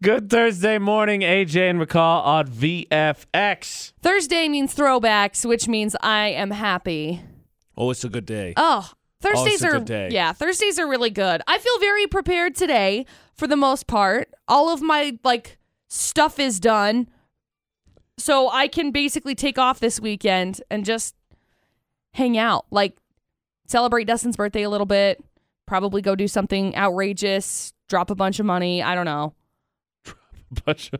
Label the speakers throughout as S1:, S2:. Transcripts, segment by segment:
S1: Good Thursday morning, AJ and McCall on VFX.
S2: Thursday means throwbacks, which means I am happy.
S1: Oh, it's a good day.
S2: Oh, Thursdays
S1: it's a
S2: are
S1: good day.
S2: yeah, Thursdays are really good. I feel very prepared today for the most part. All of my like stuff is done. So I can basically take off this weekend and just hang out, like celebrate Dustin's birthday a little bit, probably go do something outrageous, drop a bunch of money, I don't know.
S1: But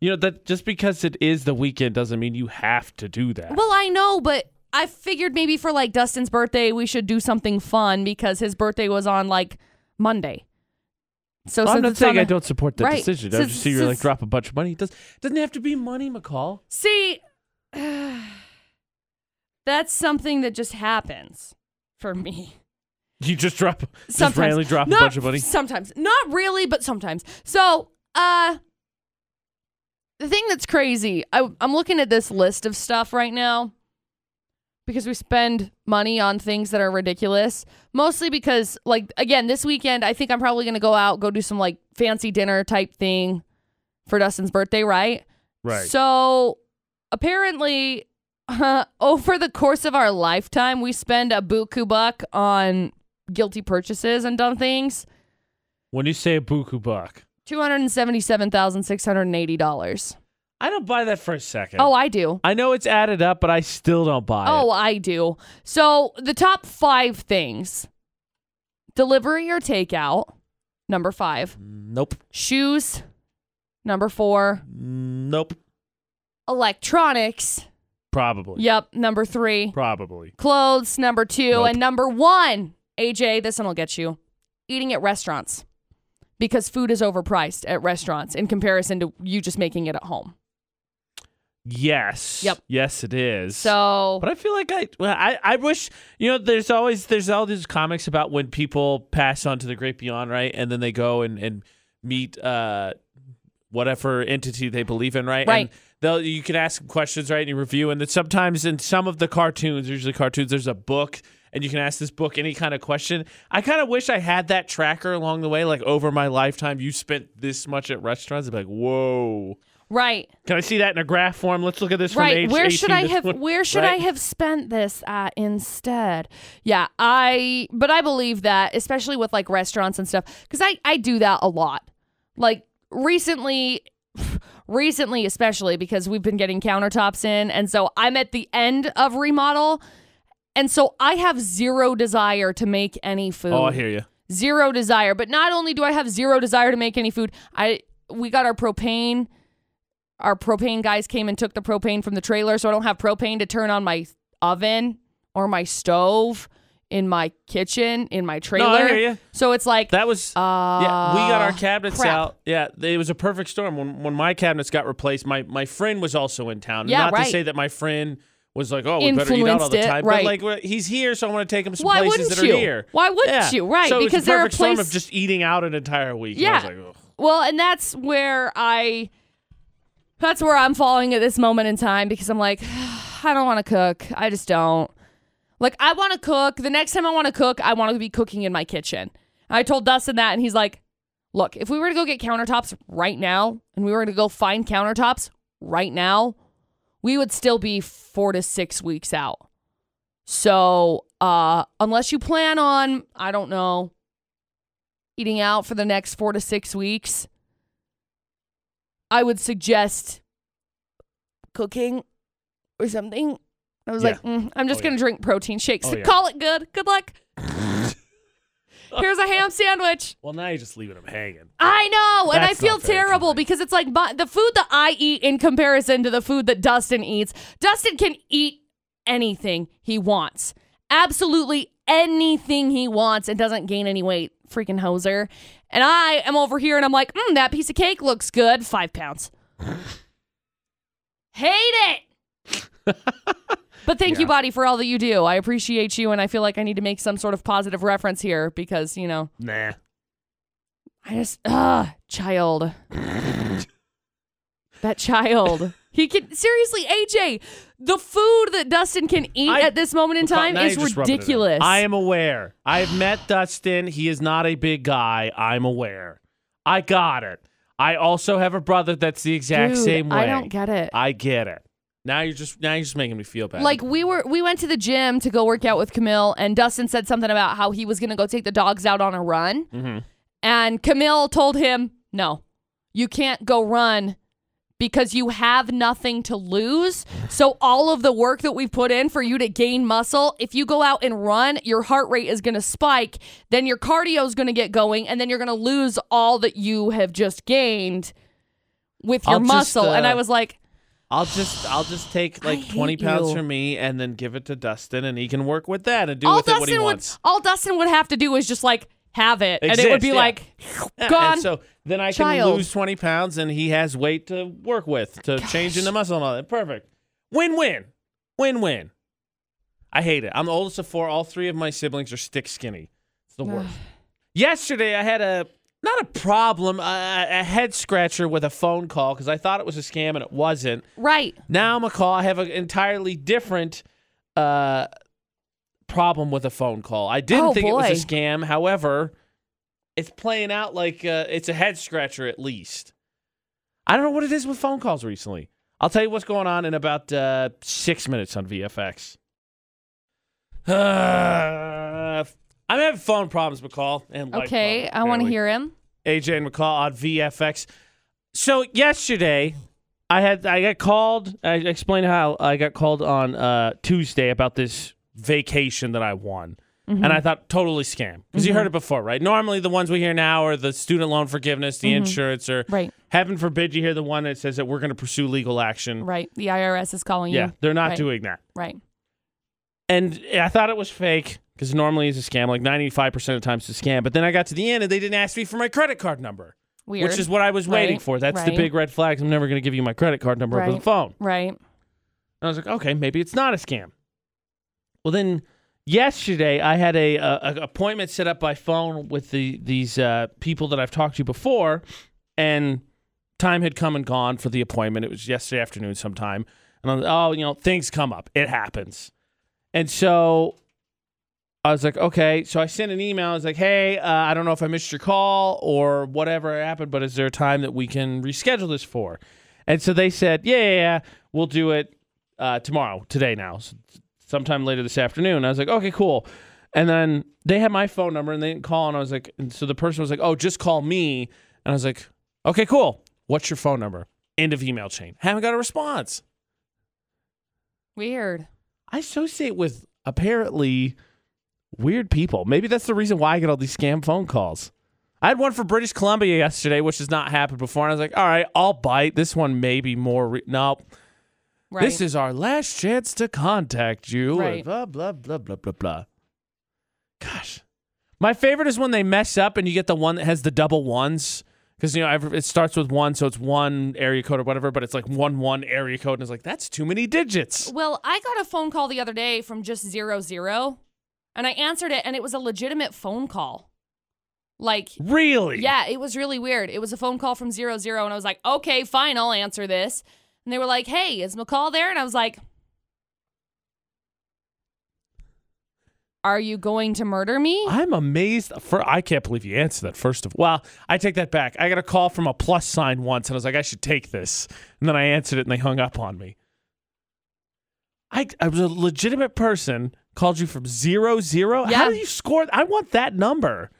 S1: you know that just because it is the weekend doesn't mean you have to do that.
S2: Well, I know, but I figured maybe for like Dustin's birthday, we should do something fun because his birthday was on like Monday. So
S1: I'm
S2: since
S1: not
S2: it's on
S1: saying I
S2: a-
S1: don't support that
S2: Right.
S1: decision. I
S2: Since-
S1: just see you're like
S2: since-
S1: drop a bunch of money. It does doesn't have to be money, McCall.
S2: see. That's something that just happens for me.
S1: You just drop just
S2: Sometimes.
S1: randomly drop
S2: Not-
S1: a bunch of money.
S2: Sometimes. Not really, but sometimes. So, uh the thing that's crazy, I, I'm looking at this list of stuff right now because we spend money on things that are ridiculous. Mostly because, like, again, this weekend, I think I'm probably going to go out, go do some like fancy dinner type thing for Dustin's birthday, right? So apparently, over the course of our lifetime, we spend a buku buck on guilty purchases and dumb things.
S1: when you say a buku buck,
S2: Two hundred and seventy-seven thousand six hundred and eighty dollars.
S1: I don't buy that for a second.
S2: Oh, I do.
S1: I know it's added up, but I still don't buy
S2: Oh,
S1: it.
S2: I do. So the top five things: delivery or takeout. Number five,
S1: Mm-hmm. Nope.
S2: shoes. Number four,
S1: Nope.
S2: electronics.
S1: Probably.
S2: Yep. Number three,
S1: Probably.
S2: clothes number two
S1: Nope.
S2: and number one aj this one will get you eating at restaurants because food is overpriced at restaurants in comparison to you just making it at home
S1: Yes.
S2: Yep.
S1: Yes, it is.
S2: so
S1: But I feel like I, well, I, I wish you know. There's always there's all these comics about when people pass on to the great beyond, right? And then they go and and meet uh, whatever entity they believe in, right?
S2: Right.
S1: And they'll you can ask them questions, right? And you review, and then sometimes in some of the cartoons, usually cartoons, there's a book. And you can ask this book any kind of question. I kind of wish I had that tracker along the way, like over my lifetime, you spent this much at restaurants. I'd be like, whoa.
S2: right
S1: Can I see that in a graph form? Let's look at this from
S2: right
S1: age
S2: where should
S1: 18
S2: i
S1: to
S2: have
S1: 20,
S2: where should i
S1: right?
S2: have spent this uh, instead yeah i but i believe that especially with like restaurants and stuff because i i do that a lot like recently recently especially because we've been getting countertops in and so i'm at the end of remodel and so i have zero desire to make any food
S1: Oh, I hear you.
S2: zero desire. But not only do I have zero desire to make any food, I we got our propane. Our propane guys came and took the propane from the trailer, so I don't have propane to turn on my oven or my stove in my kitchen in my trailer.
S1: hear ya.
S2: So it's like
S1: That was yeah. We got our cabinets
S2: Uh, crap.
S1: out. Yeah, it was a perfect storm. When when my cabinets got replaced, my my friend was also in town. And
S2: Yeah,
S1: not to
S2: right.
S1: say that my friend was like, oh, we better eat out all the
S2: Influenced it,
S1: time,
S2: right.
S1: but like well, he's here, so I want to take him some
S2: Why
S1: places that
S2: wouldn't
S1: are
S2: you?
S1: here.
S2: Why
S1: yeah.
S2: wouldn't you? Right,
S1: So it was
S2: because
S1: the
S2: there are
S1: perfect storm of
S2: place-
S1: just eating out an entire week. And I
S2: yeah.
S1: was like, ugh.
S2: well, and that's where I that's where I'm falling at this moment in time because I'm like, I don't want to cook. I just don't. Like, I want to cook. The next time I want to cook, I want to be cooking in my kitchen. I told Dustin that, and he's like, Look, if we were to go get countertops right now and we were to go find countertops right now, we would still be four to six weeks out. So, uh, unless you plan on, I don't know, eating out for the next four to six weeks, I would suggest cooking or something. I was
S1: Yeah.
S2: like, mm, I'm just
S1: Oh, yeah.
S2: going to drink protein shakes.
S1: Oh, yeah.
S2: Call it good. Good luck. Here's a ham sandwich.
S1: well, now you're just leaving him hanging.
S2: I know, and I
S1: That's
S2: feel
S1: not very
S2: terrible
S1: kind.
S2: because it's like my, the food that I eat in comparison to the food that Dustin eats. Dustin can eat anything he wants, absolutely anything he wants, and doesn't gain any weight. Freaking hoser! And I am over here, and I'm like, mm, that piece of cake looks good. Five pounds. Hate it. But thank you, body, for all that you do. I appreciate you, and I feel like I need to make some sort of positive reference here because you know.
S1: Nah.
S2: I just ah child. that child. He can seriously, AJ. The food that Dustin can eat
S1: I-
S2: at this moment in
S1: Look,
S2: time
S1: now
S2: is
S1: you're just rubbing it in.
S2: ridiculous.
S1: I am aware. I've met Dustin. He is not a big guy. I'm aware. I got it. I also have a brother that's the exact
S2: Dude,
S1: same way.
S2: I don't get it.
S1: I get it. Now you're just now you're just making me feel bad.
S2: Like we were, we went to the gym to go work out with Camille, and Dustin said something about how he was gonna go take the dogs out on a run,
S1: Mhm.
S2: and Camille told him, "No, you can't go run." Because you have nothing to lose. So, all of the work that we've put in for you to gain muscle, if you go out and run, your heart rate is going to spike. Then your cardio is going to get going, and then you're going to lose all that you have just gained with your
S1: I'll just,
S2: muscle. and
S1: uh,
S2: I was like,
S1: I'll just I'll just take
S2: I
S1: like
S2: hate
S1: 20 pounds
S2: you.
S1: from me and then give it to Dustin and he can work with that and do
S2: all
S1: with it
S2: Dustin
S1: what he
S2: would
S1: wants.
S2: all Dustin would have to do is just like have it, and it
S1: Exist,
S2: would be
S1: yeah.
S2: like
S1: Yeah,
S2: gone.
S1: And so then I
S2: Child.
S1: can lose 20 pounds and he has weight to work with to change into muscle and all that. Perfect. Win win. Win win. I hate it. I'm the oldest of four. All three of my siblings are stick skinny. It's the worst. Yesterday, I had a not a problem, a, a head scratcher with a phone call because I thought it was a scam and it wasn't.
S2: right,
S1: Now I'm a call. I have an entirely different uh, problem with a phone call. I didn't
S2: Oh,
S1: think it was a
S2: boy.
S1: scam. However, it's playing out like uh, it's a head scratcher at least. I don't know what it is with phone calls recently. I'll tell you what's going on in about uh, six minutes on VFX. Uh, I'm having phone problems, McCall. And life
S2: okay.
S1: problems,
S2: I want to
S1: apparently.
S2: hear
S1: AJ
S2: him.
S1: and McCall on VFX. So yesterday, I had I got called. I explained how I got called on uh, Tuesday about this vacation that I won,
S2: Mm-hmm.
S1: and I thought totally scam because you heard it before, right? Normally, the ones we hear now are the student loan forgiveness, the
S2: Mm-hmm.
S1: insurance, or
S2: Right.
S1: heaven forbid you hear the one that says that we're going to pursue legal action.
S2: Right, the IRS is calling
S1: Yeah,
S2: you.
S1: they're not
S2: Right.
S1: doing that.
S2: Right,
S1: And I thought it was fake because normally it's a scam. Like ninety five percent of the time it's a scam. But then I got to the end and they didn't ask me for my credit card number
S2: weird.
S1: which is what I was waiting
S2: Right,
S1: for. That's the
S2: right.
S1: big red flag. I'm never going to give you my credit card number over the
S2: Right.
S1: phone.
S2: right.
S1: And I was like, okay, maybe it's not a scam. Well, then yesterday I had a, a, a appointment set up by phone with the these uh, people that I've talked to before, and time had come and gone for the appointment. It was yesterday afternoon sometime, and I was oh, you know, things come up. It happens, and so. I was like, okay. So I sent an email. I was like, hey, uh, I don't know if I missed your call or whatever happened, but is there a time that we can reschedule this for? And so they said, yeah, yeah, yeah we'll do it uh, tomorrow, today now, s- sometime later this afternoon. I was like, okay, cool. And then they had my phone number and they didn't call. And I was like, and so the person was like, oh, just call me. And I was like, okay, cool. What's your phone number? End of email chain. Haven't got a response.
S2: Weird.
S1: I associate with apparently weird people. Maybe that's the reason why I get all these scam phone calls. I had one for British Columbia yesterday, which has not happened before. And I was like, all right, I'll bite. This one may be more. Re- nope.
S2: Right.
S1: This is our last chance to contact you.
S2: Right.
S1: Blah, blah, blah, blah, blah, blah. Gosh. My favorite is when they mess up and you get the one that has the double ones. Because, you know, every, it starts with one, so it's one area code or whatever, but it's like one, one area code. And it's like, that's too many digits.
S2: Well, I got a phone call the other day from just zero zero, and I answered it, and it was a legitimate phone call. Like,
S1: Really?
S2: yeah, it was really weird. It was a phone call from zero zero, and I was like, okay, fine, I'll answer this. And they were like, hey, is McCall there? And I was like, are you going to murder me?
S1: I'm amazed. For I can't believe you answered that. First of well, I take that back. I got a call from a plus sign once, and I was like, I should take this, and then I answered it, and they hung up on me. I I was a legitimate person called you from zero zero. How
S2: Yeah.
S1: do you score? I want that number.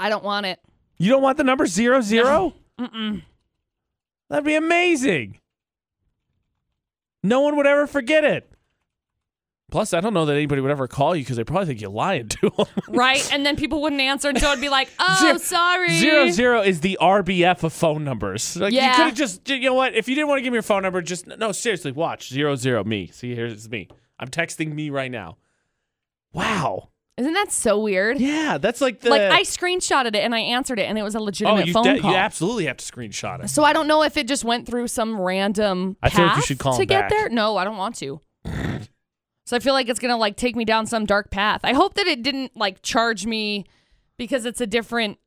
S2: I don't want it.
S1: You don't want the number zero zero?
S2: Mm-mm.
S1: That'd be amazing. No one would ever forget it. Plus, I don't know that anybody would ever call you because they probably think you're lying to them.
S2: Right? And then people wouldn't answer, and so I'd be like, oh,
S1: Zero-
S2: sorry.
S1: Zero zero is the RBF of phone numbers. Like, You
S2: Yeah.
S1: could have just, you know what? If you didn't want to give me your phone number, just no. Seriously, watch zero zero me. See, here's me. I'm texting me right now. Wow.
S2: Isn't that so weird?
S1: Yeah, that's like the
S2: like I screenshotted it and I answered it and it was a
S1: oh,
S2: legitimate
S1: you,
S2: phone
S1: de-
S2: call.
S1: you absolutely have to screenshot it.
S2: so I don't know if it just went through some random
S1: I
S2: path
S1: feel like you should call
S2: to
S1: him
S2: get
S1: back.
S2: there. No, I don't want to. so I feel like it's gonna like take me down some dark path. I hope that it didn't like charge me because it's a different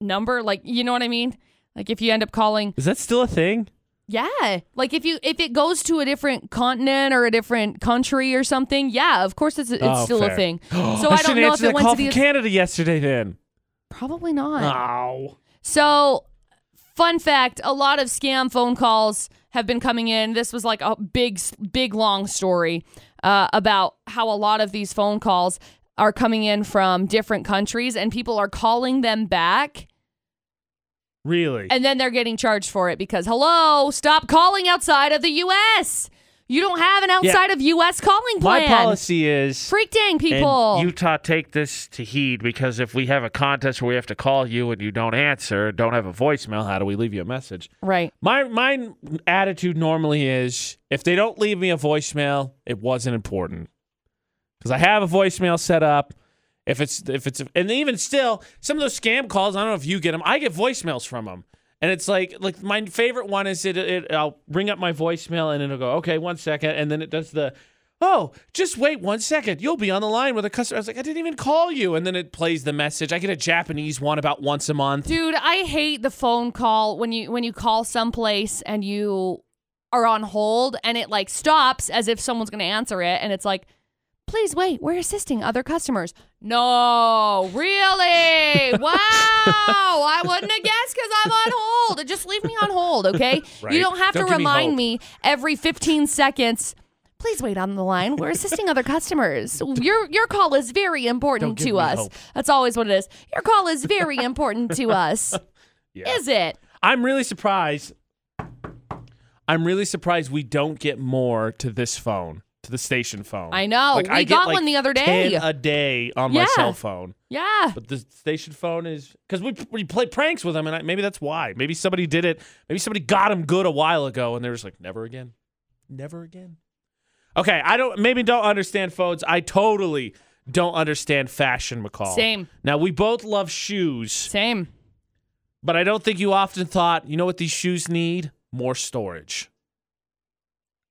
S2: number. Like you know what I mean? Like if you end up calling,
S1: Is that still a thing?
S2: yeah. Like if you if it goes to a different continent or a different country or something, yeah, of course it's it's
S1: Oh,
S2: still
S1: fair.
S2: a thing. So
S1: I,
S2: I, don't
S1: should've
S2: know if
S1: answered
S2: it
S1: that
S2: went
S1: call
S2: to the
S1: from Canada yesterday. Then
S2: probably not.
S1: oh,
S2: So Fun fact: a lot of scam phone calls have been coming in. This was like a big, big long story uh, about how a lot of these phone calls are coming in from different countries, and people are calling them back.
S1: Really?
S2: And then they're getting charged for it because, hello, stop calling outside of the U.S. You don't have an outside of U.S. calling
S1: My
S2: plan.
S1: policy is
S2: Freak dang
S3: And
S2: people.
S3: Utah, take this to heed because if we have a contest where we have to call you and you don't answer, don't have a voicemail, how do we leave you a message?
S2: right.
S1: my my attitude normally is if they don't leave me a voicemail, it wasn't important. Cuz I have a voicemail set up. If it's if it's and even still, some of those scam calls, I don't know if you get them. I get voicemails from them. And it's like like my favorite one is it, it I'll ring up my voicemail and it'll go, "Okay, one second. and then it does the Oh, just wait one second. You'll be on the line with a customer. I was like, I didn't even call you. And then it plays the message. I get a Japanese one about once a month.
S2: Dude, I hate the phone call when you when you call someplace and you are on hold and it like stops as if someone's going to answer it and it's like Please wait. We're assisting other customers. No, really? Wow. I wouldn't have guessed because I'm on hold. Just leave me on hold, okay?
S1: Right.
S2: You don't have
S1: Don't
S2: to
S1: give me
S2: remind
S1: hope.
S2: me every 15 seconds. Please wait on the line. We're assisting other customers. Your your call is very important
S1: give
S2: to
S1: me
S2: us.
S1: hope.
S2: That's always what it is. Your call is very important to us.
S1: Yeah.
S2: Is it?
S1: I'm really surprised. I'm really surprised we don't get more to this phone, to the station phone.
S2: I know.
S1: Like,
S2: we
S1: I get,
S2: got
S1: like,
S2: one the other
S1: 10
S2: day.
S1: a day on my
S2: Yeah.
S1: cell phone,
S2: yeah.
S1: but the station phone is because we we play pranks with them, and I, maybe that's why. Maybe somebody did it. Maybe somebody got them good a while ago, and they're just like, never again, never again. Okay, I don't maybe don't understand phones. I totally don't understand fashion, McCall.
S2: Same.
S1: Now we both love shoes.
S2: Same.
S1: But I don't think you often thought, you know what these shoes need? More storage.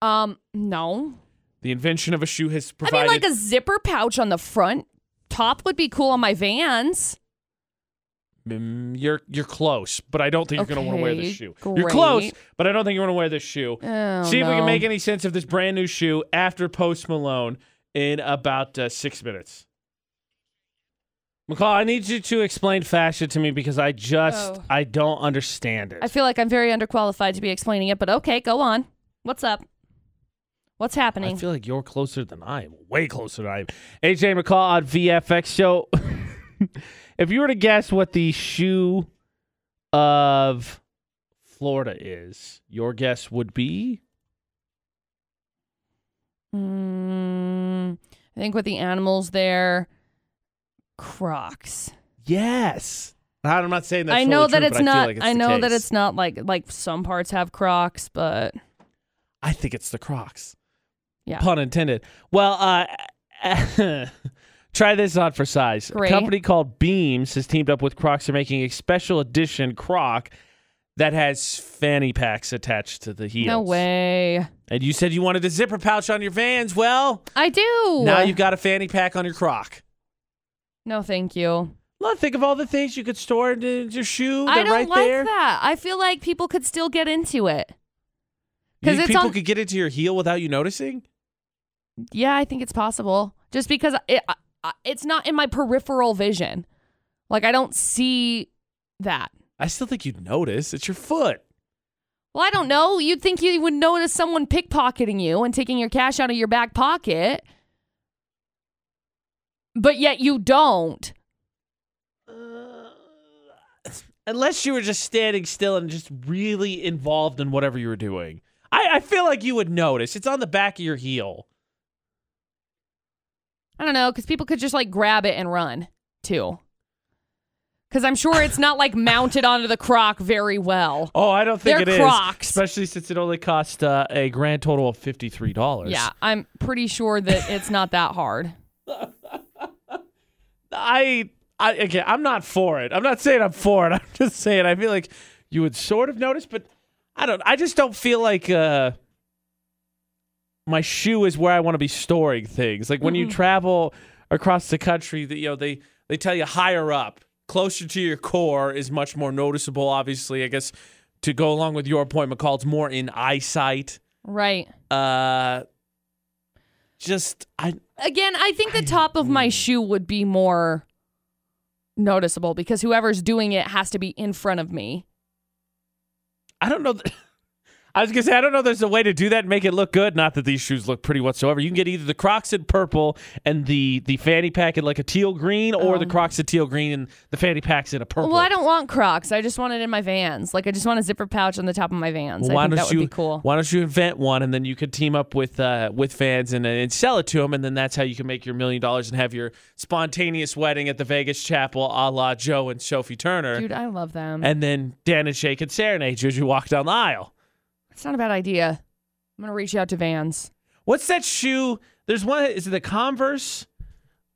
S2: Um, no.
S1: The invention of a shoe has
S2: I
S1: provided.
S2: mean, like a zipper pouch on the front top would be cool on my Vans.
S1: Mm, you're you're close, but I don't think you're gonna want to wear
S2: Okay,
S1: this shoe. You're close,
S2: great.
S1: but I don't think you're gonna wear this shoe.
S2: Oh,
S1: See if we
S2: no.
S1: can make any sense of this brand new shoe after Post Malone in about uh, six minutes. McCall, I need you to explain fashion to me because I just
S2: Oh.
S1: I don't understand it.
S2: I feel like I'm very underqualified to be explaining it, but okay, go on. What's up? What's
S1: I
S2: happening?
S1: feel like you're closer than I am. Way closer than I am. AJ McCall on VFX. So, if you were to guess what the shoe of Florida is, your guess would be
S2: Mm, I think with the animals there, Crocs.
S1: yes. I'm not saying that's
S2: I know
S1: totally
S2: that
S1: true, but I
S2: it's
S1: feel
S2: not.
S1: like
S2: I
S1: the
S2: know that
S1: case.
S2: it's not like like some parts have Crocs, but
S1: I think it's the Crocs.
S2: Yeah.
S1: Pun intended. Well, uh, try this on for size.
S2: Great.
S1: A company called Beams has teamed up with Crocs. They're making a special edition Croc that has fanny packs attached to the heels.
S2: no way.
S1: And you said you wanted a zipper pouch on your Vans. Well,
S2: I do.
S1: now you've got a fanny pack on your Croc.
S2: No, thank you.
S1: Well, think of all the things you could store in in your shoe.
S2: I
S1: They're
S2: don't
S1: right
S2: like
S1: there.
S2: that. I feel like people could still get into it.
S1: You
S2: 'Cause
S1: think
S2: it's
S1: people
S2: on-
S1: could get into your heel without you noticing.
S2: Yeah, I think it's possible. Just because it, I- I- it's not in my peripheral vision. Like I don't see that.
S1: I still think you'd notice. It's your foot.
S2: Well, I don't know. You'd think you would notice someone pickpocketing you and taking your cash out of your back pocket. But yet you don't.
S1: Uh, unless you were just standing still and just really involved in whatever you were doing. I, I feel like you would notice. It's on the back of your heel.
S2: I don't know, because people could just like grab it and run too. Because I'm sure it's not like mounted onto the croc very well.
S1: Oh, I don't think
S2: They're
S1: it is.
S2: Crocs.
S1: Especially since it only cost uh, a grand total of fifty three dollars.
S2: Yeah, I'm pretty sure that it's not that hard.
S1: I I again I'm not for it. I'm not saying I'm for it. I'm just saying I feel like you would sort of notice, but I don't I just don't feel like uh my shoe is where I want to be storing things. Like when you travel across the country that you know they they tell you higher up, closer to your core is much more noticeable, obviously. I guess to go along with your point, McCall, it's more in eyesight.
S2: Right.
S1: Uh just I
S2: Again, I think the top of my shoe would be more noticeable because whoever's doing it has to be in front of me.
S1: I don't know. th- I was gonna say I don't know. if There's a way to do that and make it look good. Not that these shoes look pretty whatsoever. You can get either the Crocs in purple and the the fanny pack in like a teal green, or the Crocs in teal green and the fanny packs in a purple.
S2: Oh. Well, I don't want Crocs. I just want it in my vans. Like I just want a zipper pouch on the top of my vans. I think that would
S1: you
S2: be cool.
S1: Why don't you invent one and then you could team up with uh, with fans and, and sell it to them, and then that's how you can make your million dollars and have your spontaneous wedding at the Vegas Chapel, a la Joe and Sophie Turner,
S2: Dude, I love them.
S1: and then Dan and Shay could serenade you as you walk down the aisle.
S2: it's not a bad idea. I'm gonna reach out to Vans.
S1: What's that shoe? There's one. Is it the Converse?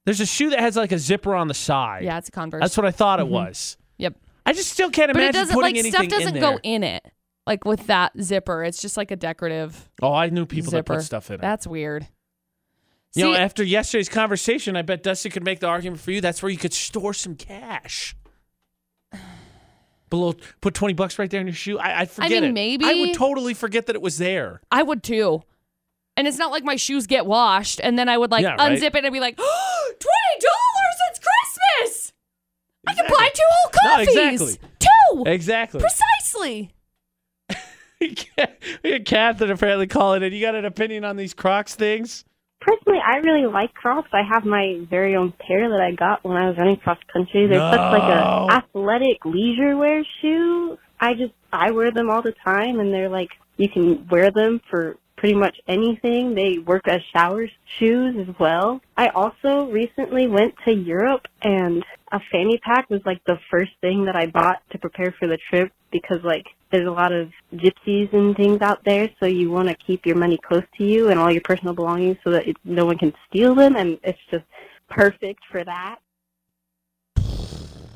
S1: There's a shoe that has like a zipper on the side.
S2: Yeah, it's a Converse.
S1: that's what I thought it was.
S2: yep.
S1: I just still can't
S2: But it
S1: imagine
S2: doesn't
S1: putting
S2: like
S1: anything
S2: stuff doesn't
S1: in
S2: go
S1: there.
S2: in it. Like with that zipper, it's just like a decorative
S1: Oh, I knew people
S2: zipper.
S1: that put stuff in it.
S2: That's weird.
S1: You know,
S2: See,
S1: after yesterday's conversation, I bet Dusty could make the argument for you. That's where you could store some cash. Below, put twenty bucks right there in your shoe. I, I'd forget
S2: mean,
S1: it. I
S2: maybe-
S1: would totally forget that it was there.
S2: I would too. And it's not like my shoes get washed, and then I would like
S1: Yeah, right.
S2: unzip it and be like, oh, twenty dollars! It's Christmas. I can buy two whole
S1: No,
S2: coffees.
S1: exactly.
S2: Two
S1: Exactly.
S2: precisely.
S1: we had Catherine apparently calling in. You got an opinion on these Crocs things?
S4: Personally, I really like Crocs. I have my very own pair that I got when I was running cross country. They're such like
S1: No.
S4: a athletic leisure wear shoe. I just I wear them all the time, and they're like you can wear them for pretty much anything. They work as shower shoes as well. I also recently went to Europe, and a fanny pack was like the first thing that I bought to prepare for the trip because like there's a lot of gypsies and things out there, so you want to keep your money close to you and all your personal belongings so that it, no one can steal them, and it's just perfect for that.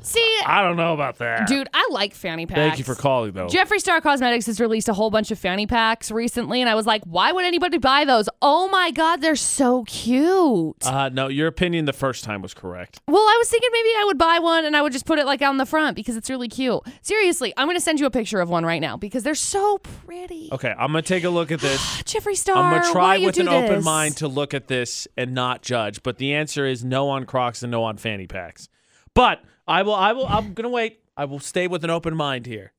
S2: See,
S3: I don't know about that.
S2: dude, I like fanny packs.
S1: Ah. Thank you for calling, though.
S2: Jeffree Star Cosmetics has released a whole bunch of fanny packs recently, and I was like, why would anybody buy those? Oh my God, they're so cute.
S1: uh, no, your opinion the first time was correct.
S2: well, I was thinking maybe I would buy one and I would just put it like on the front because it's really cute. Seriously, I'm going to send you a picture of one right now because they're so pretty.
S1: Okay, I'm gonna take a look at this.
S2: Jeffree Star,
S1: I'm gonna
S2: why
S1: try
S2: you
S1: with
S2: do
S1: an open
S2: this?
S1: mind to look at this and not judge. But the answer is no on Crocs and no on fanny packs. But I will. I will. I'm gonna wait. I will stay with an open mind here.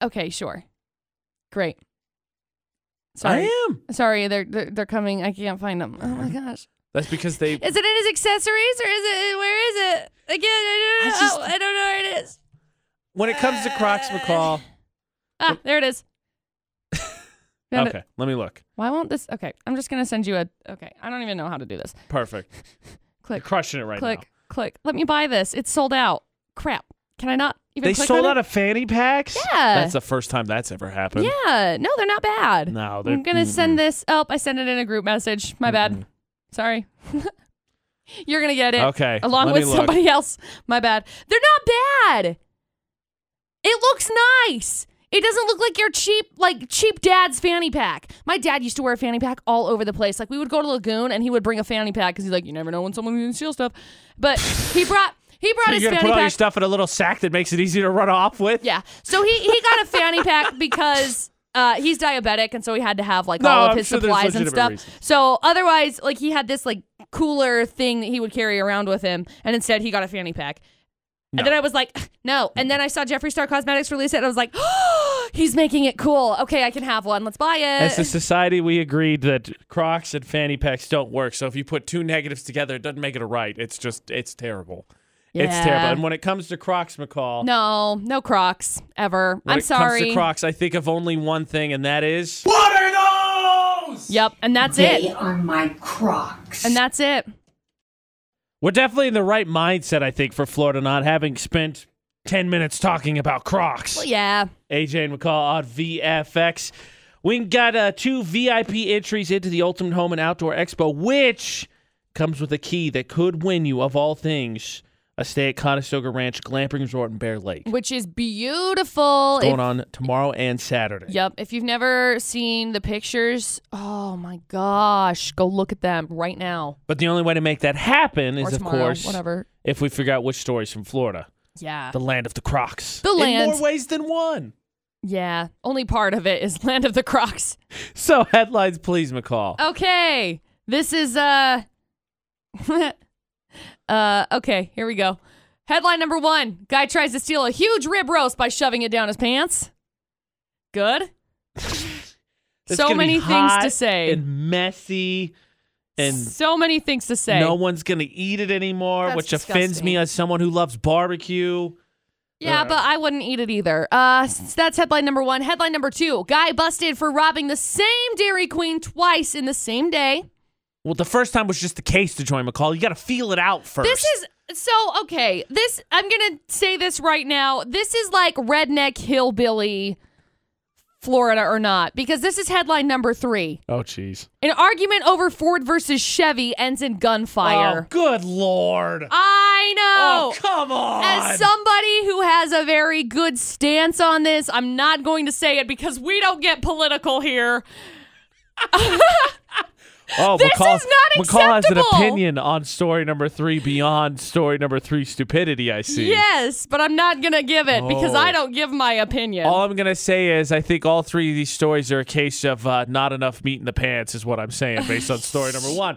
S2: Okay, sure. Great.
S1: I
S2: Sorry.
S1: am. Uh-huh.
S2: Sorry, they're, they're they're coming. I can't find them. Oh my gosh.
S1: That's because they.
S2: Is it in his accessories or is it where is it? Again, I don't know. Oh,
S1: I just-
S2: I don't know where it is.
S1: when it comes to Crocs, McCall.
S2: Ah, there it is. Found it.
S1: Okay, let me look.
S2: Why won't this? Okay, I'm just gonna send you a. Okay, I don't even know how to do this.
S1: Perfect. You're
S2: Click,
S1: crushing it right
S2: click,
S1: now.
S2: click. Let me buy this. It's sold out. Crap. Can I not even?
S1: They
S2: click
S1: sold
S2: on
S1: out of fanny packs.
S2: Yeah.
S1: That's the first time that's ever happened.
S2: it? Yeah. No, they're not bad.
S1: No, they're.
S2: I'm gonna send this. Oh, I sent it in a group message. My bad. Sorry. You're gonna get it.
S1: Okay,
S2: Along
S1: let me
S2: with
S1: look.
S2: somebody else. My bad. They're not bad. It looks nice. It doesn't look like your cheap, like cheap dad's fanny pack. My dad used to wear a fanny pack all over the place. Like we would go to Lagoon and he would bring a fanny pack because he's like, you never know when someone's gonna steal stuff. But he brought he brought
S1: You're
S2: his
S1: gonna
S2: fanny
S1: put all your
S2: pack.
S1: stuff in a little sack that makes it easy to run off with.
S2: Yeah. So he he got a fanny pack because uh, he's diabetic, and so he had to have like
S1: No,
S2: all of
S1: I'm
S2: his
S1: sure there's
S2: supplies and
S1: legitimate
S2: stuff.
S1: reasons.
S2: So otherwise, like he had this like cooler thing that he would carry around with him, and instead he got a fanny pack.
S1: No.
S2: And then I was like, no. And then I saw Jeffree Star Cosmetics release it, and I was like, oh, he's making it cool. Okay, I can have one. Let's buy
S1: As a
S2: it.
S1: society, we agreed that Crocs and fanny packs don't work. So if you put two negatives together, it doesn't make it a right. It's just, it's terrible. It's
S2: Yeah.
S1: terrible. And when it comes to Crocs, McCall,
S2: No, no Crocs ever.
S1: when
S2: I'm
S1: it
S2: sorry.
S1: comes to Crocs, I think of only one thing, and that is
S2: Yep, and that's
S5: They
S2: it.
S5: are my crocs.
S2: And that's it.
S1: we're definitely in the right mindset, I think, for Florida not having spent 10 minutes talking about Crocs.
S2: Yeah.
S1: AJ and McCall on VFX. We got uh, two VIP entries into the Ultimate Home and Outdoor Expo, which comes with a key that could win you, of all things, a stay at Conestoga Ranch Glamping Resort in Bear Lake.
S2: Which is beautiful. If
S1: Going on tomorrow and Saturday.
S2: Yep. If you've never seen the pictures, oh my gosh, go look at them right now
S1: But the only way to make that happen
S2: or
S1: is, of
S2: tomorrow,
S1: course,
S2: whatever.
S1: if we figure out which story's from Florida,
S2: Yeah.
S1: the land of the Crocs.
S2: The land.
S1: In more ways than one.
S2: yeah. Only part of it is Land of the Crocs.
S1: So, headlines, please, McCall.
S2: Oh, Okay. This is uh uh okay, here we go. Headline number 1. Guy tries to steal a huge rib roast by shoving it down his pants. Good.
S1: It's
S2: so
S1: gonna be
S2: many things
S1: hot
S2: to say.
S1: and messy, and
S2: so many things to say.
S1: no one's gonna eat it anymore,
S2: That's
S1: which offends me
S2: disgusting.
S1: as someone who loves barbecue.
S2: Yeah, but I wouldn't eat it either. Uh, s- that's headline number one. Headline number two: Guy busted for robbing the same Dairy Queen twice in the same day.
S1: Well, the first time was just the case to join McCall. You got to feel it out first.
S2: This is so okay. This I'm gonna say this right now. This is like redneck hillbilly, Florida or not, because this is headline number three.
S1: oh, jeez.
S2: An argument over Ford versus Chevy ends in
S1: Oh,
S2: gunfire.
S1: good lord.
S2: I know.
S1: Oh, come on.
S2: As somebody who has a very good stance on this, I'm not going to say it because we don't get political here.
S1: oh,
S2: this
S1: McCall,
S2: is not
S1: McCall has an
S2: acceptable.
S1: opinion on story number three beyond story number three stupidity. I see.
S2: Yes, but I'm not going to give it because
S1: Oh.
S2: I don't give my opinion.
S1: All I'm gonna say is I think all three of these stories are a case of uh, not enough meat in the pants, is what I'm saying based on story number one.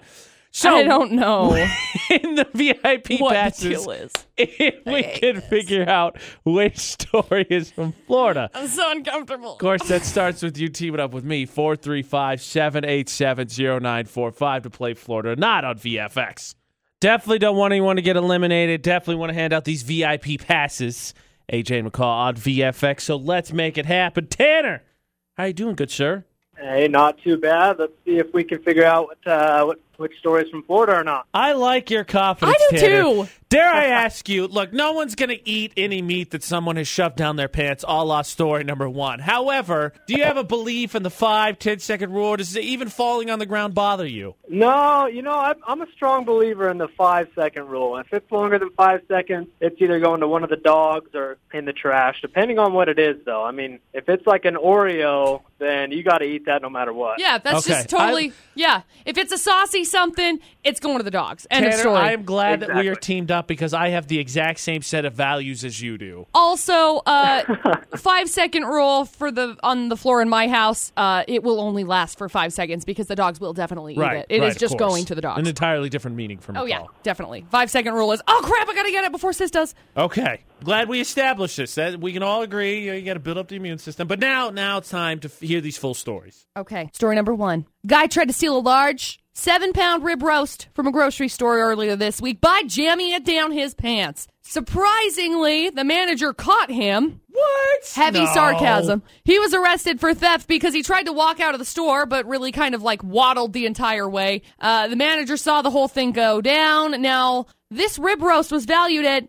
S1: So
S2: I don't know
S1: in the VIP
S2: what the
S1: passes,
S2: deal is.
S1: if we can figure out which story is from Florida.
S2: I'm so uncomfortable.
S1: Of course, that starts with you teaming up with me, 435 787 0945 to play Florida or Not on VFX. Definitely don't want anyone to get eliminated. Definitely want to hand out these VIP passes. AJ and McCall on VFX, so let's make it happen. Tanner, how you doing, good sir?
S5: Hey, not too bad. Let's see if we can figure out what, uh, what which stories from Florida or not.
S1: I like your confidence.
S2: I do
S1: Tanner.
S2: too.
S1: Dare I ask you? Look, no one's going to eat any meat that someone has shoved down their pants, a la story number one. However, do you have a belief in the five, ten second rule? Or does even falling on the ground bother you?
S5: No, you know, I'm, I'm a strong believer in the five second rule. If it's longer than five seconds, it's either going to one of the dogs or in the trash, depending on what it is, though. I mean, if it's like an Oreo, then you got to eat that no matter what.
S2: Yeah, that's
S1: Okay,
S2: just totally. yeah, if it's a saucy something, it's going to the dogs. End of
S1: Tanner,
S2: story.
S1: I am glad that we are
S5: Exactly.
S1: teamed up because I have the exact same set of values as you do.
S2: Also, uh, five second rule for the on the floor in my house. Uh, it will only last for five seconds because the dogs will definitely eat it. It is
S1: right, of
S2: just
S1: course.
S2: going to the dogs.
S1: An entirely different meaning from
S2: oh yeah,
S1: McCall.
S2: definitely. Five second rule is oh crap, I gotta get it before sis does.
S1: Okay, glad we established this. That we can all agree you, know, you got to build up the immune system. But now, now it's time to f- hear these full stories.
S2: Okay, story number one. Guy tried to steal a large seven pound rib roast from a grocery store earlier this week by jamming it down his pants. Surprisingly, the manager caught him.
S1: What?
S2: Heavy
S1: No.
S2: sarcasm. He was arrested for theft because he tried to walk out of the store, but really kind of like waddled the entire way. Uh, the manager saw the whole thing go down. Now, this rib roast was valued at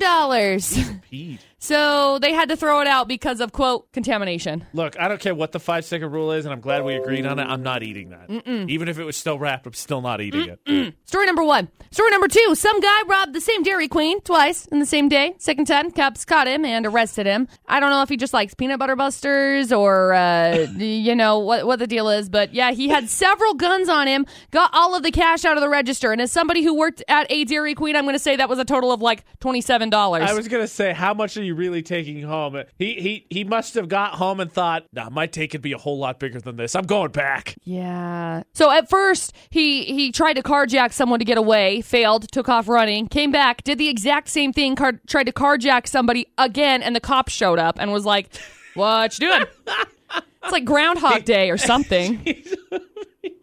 S2: $62.
S1: Pete.
S2: so they had to throw it out because of, quote, contamination.
S1: Look, I don't care what the five second rule is, and I'm glad we agreed on it. I'm not eating that. Even if it was still wrapped, I'm still not eating it.
S2: Story number one. Story number two. Some guy robbed the same Dairy Queen twice in the same day. Second time, cops caught him and arrested him. I don't know if he just likes peanut butter busters or, uh, you know, what, what the deal is, but yeah, he had several guns on him, got all of the cash out of the register. And as somebody who worked at a Dairy Queen, I'm going to say that was a total of like $27.
S1: I was gonna say, how much are you really taking home? He he he must have got home and thought, nah, my take could be a whole lot bigger than this. I'm going back.
S2: Yeah. So at first he he tried to carjack someone to get away, failed, took off running, came back, did the exact same thing, car- tried to carjack somebody again, and the cops showed up and was like, "What you doing?" it's like Groundhog Day or something.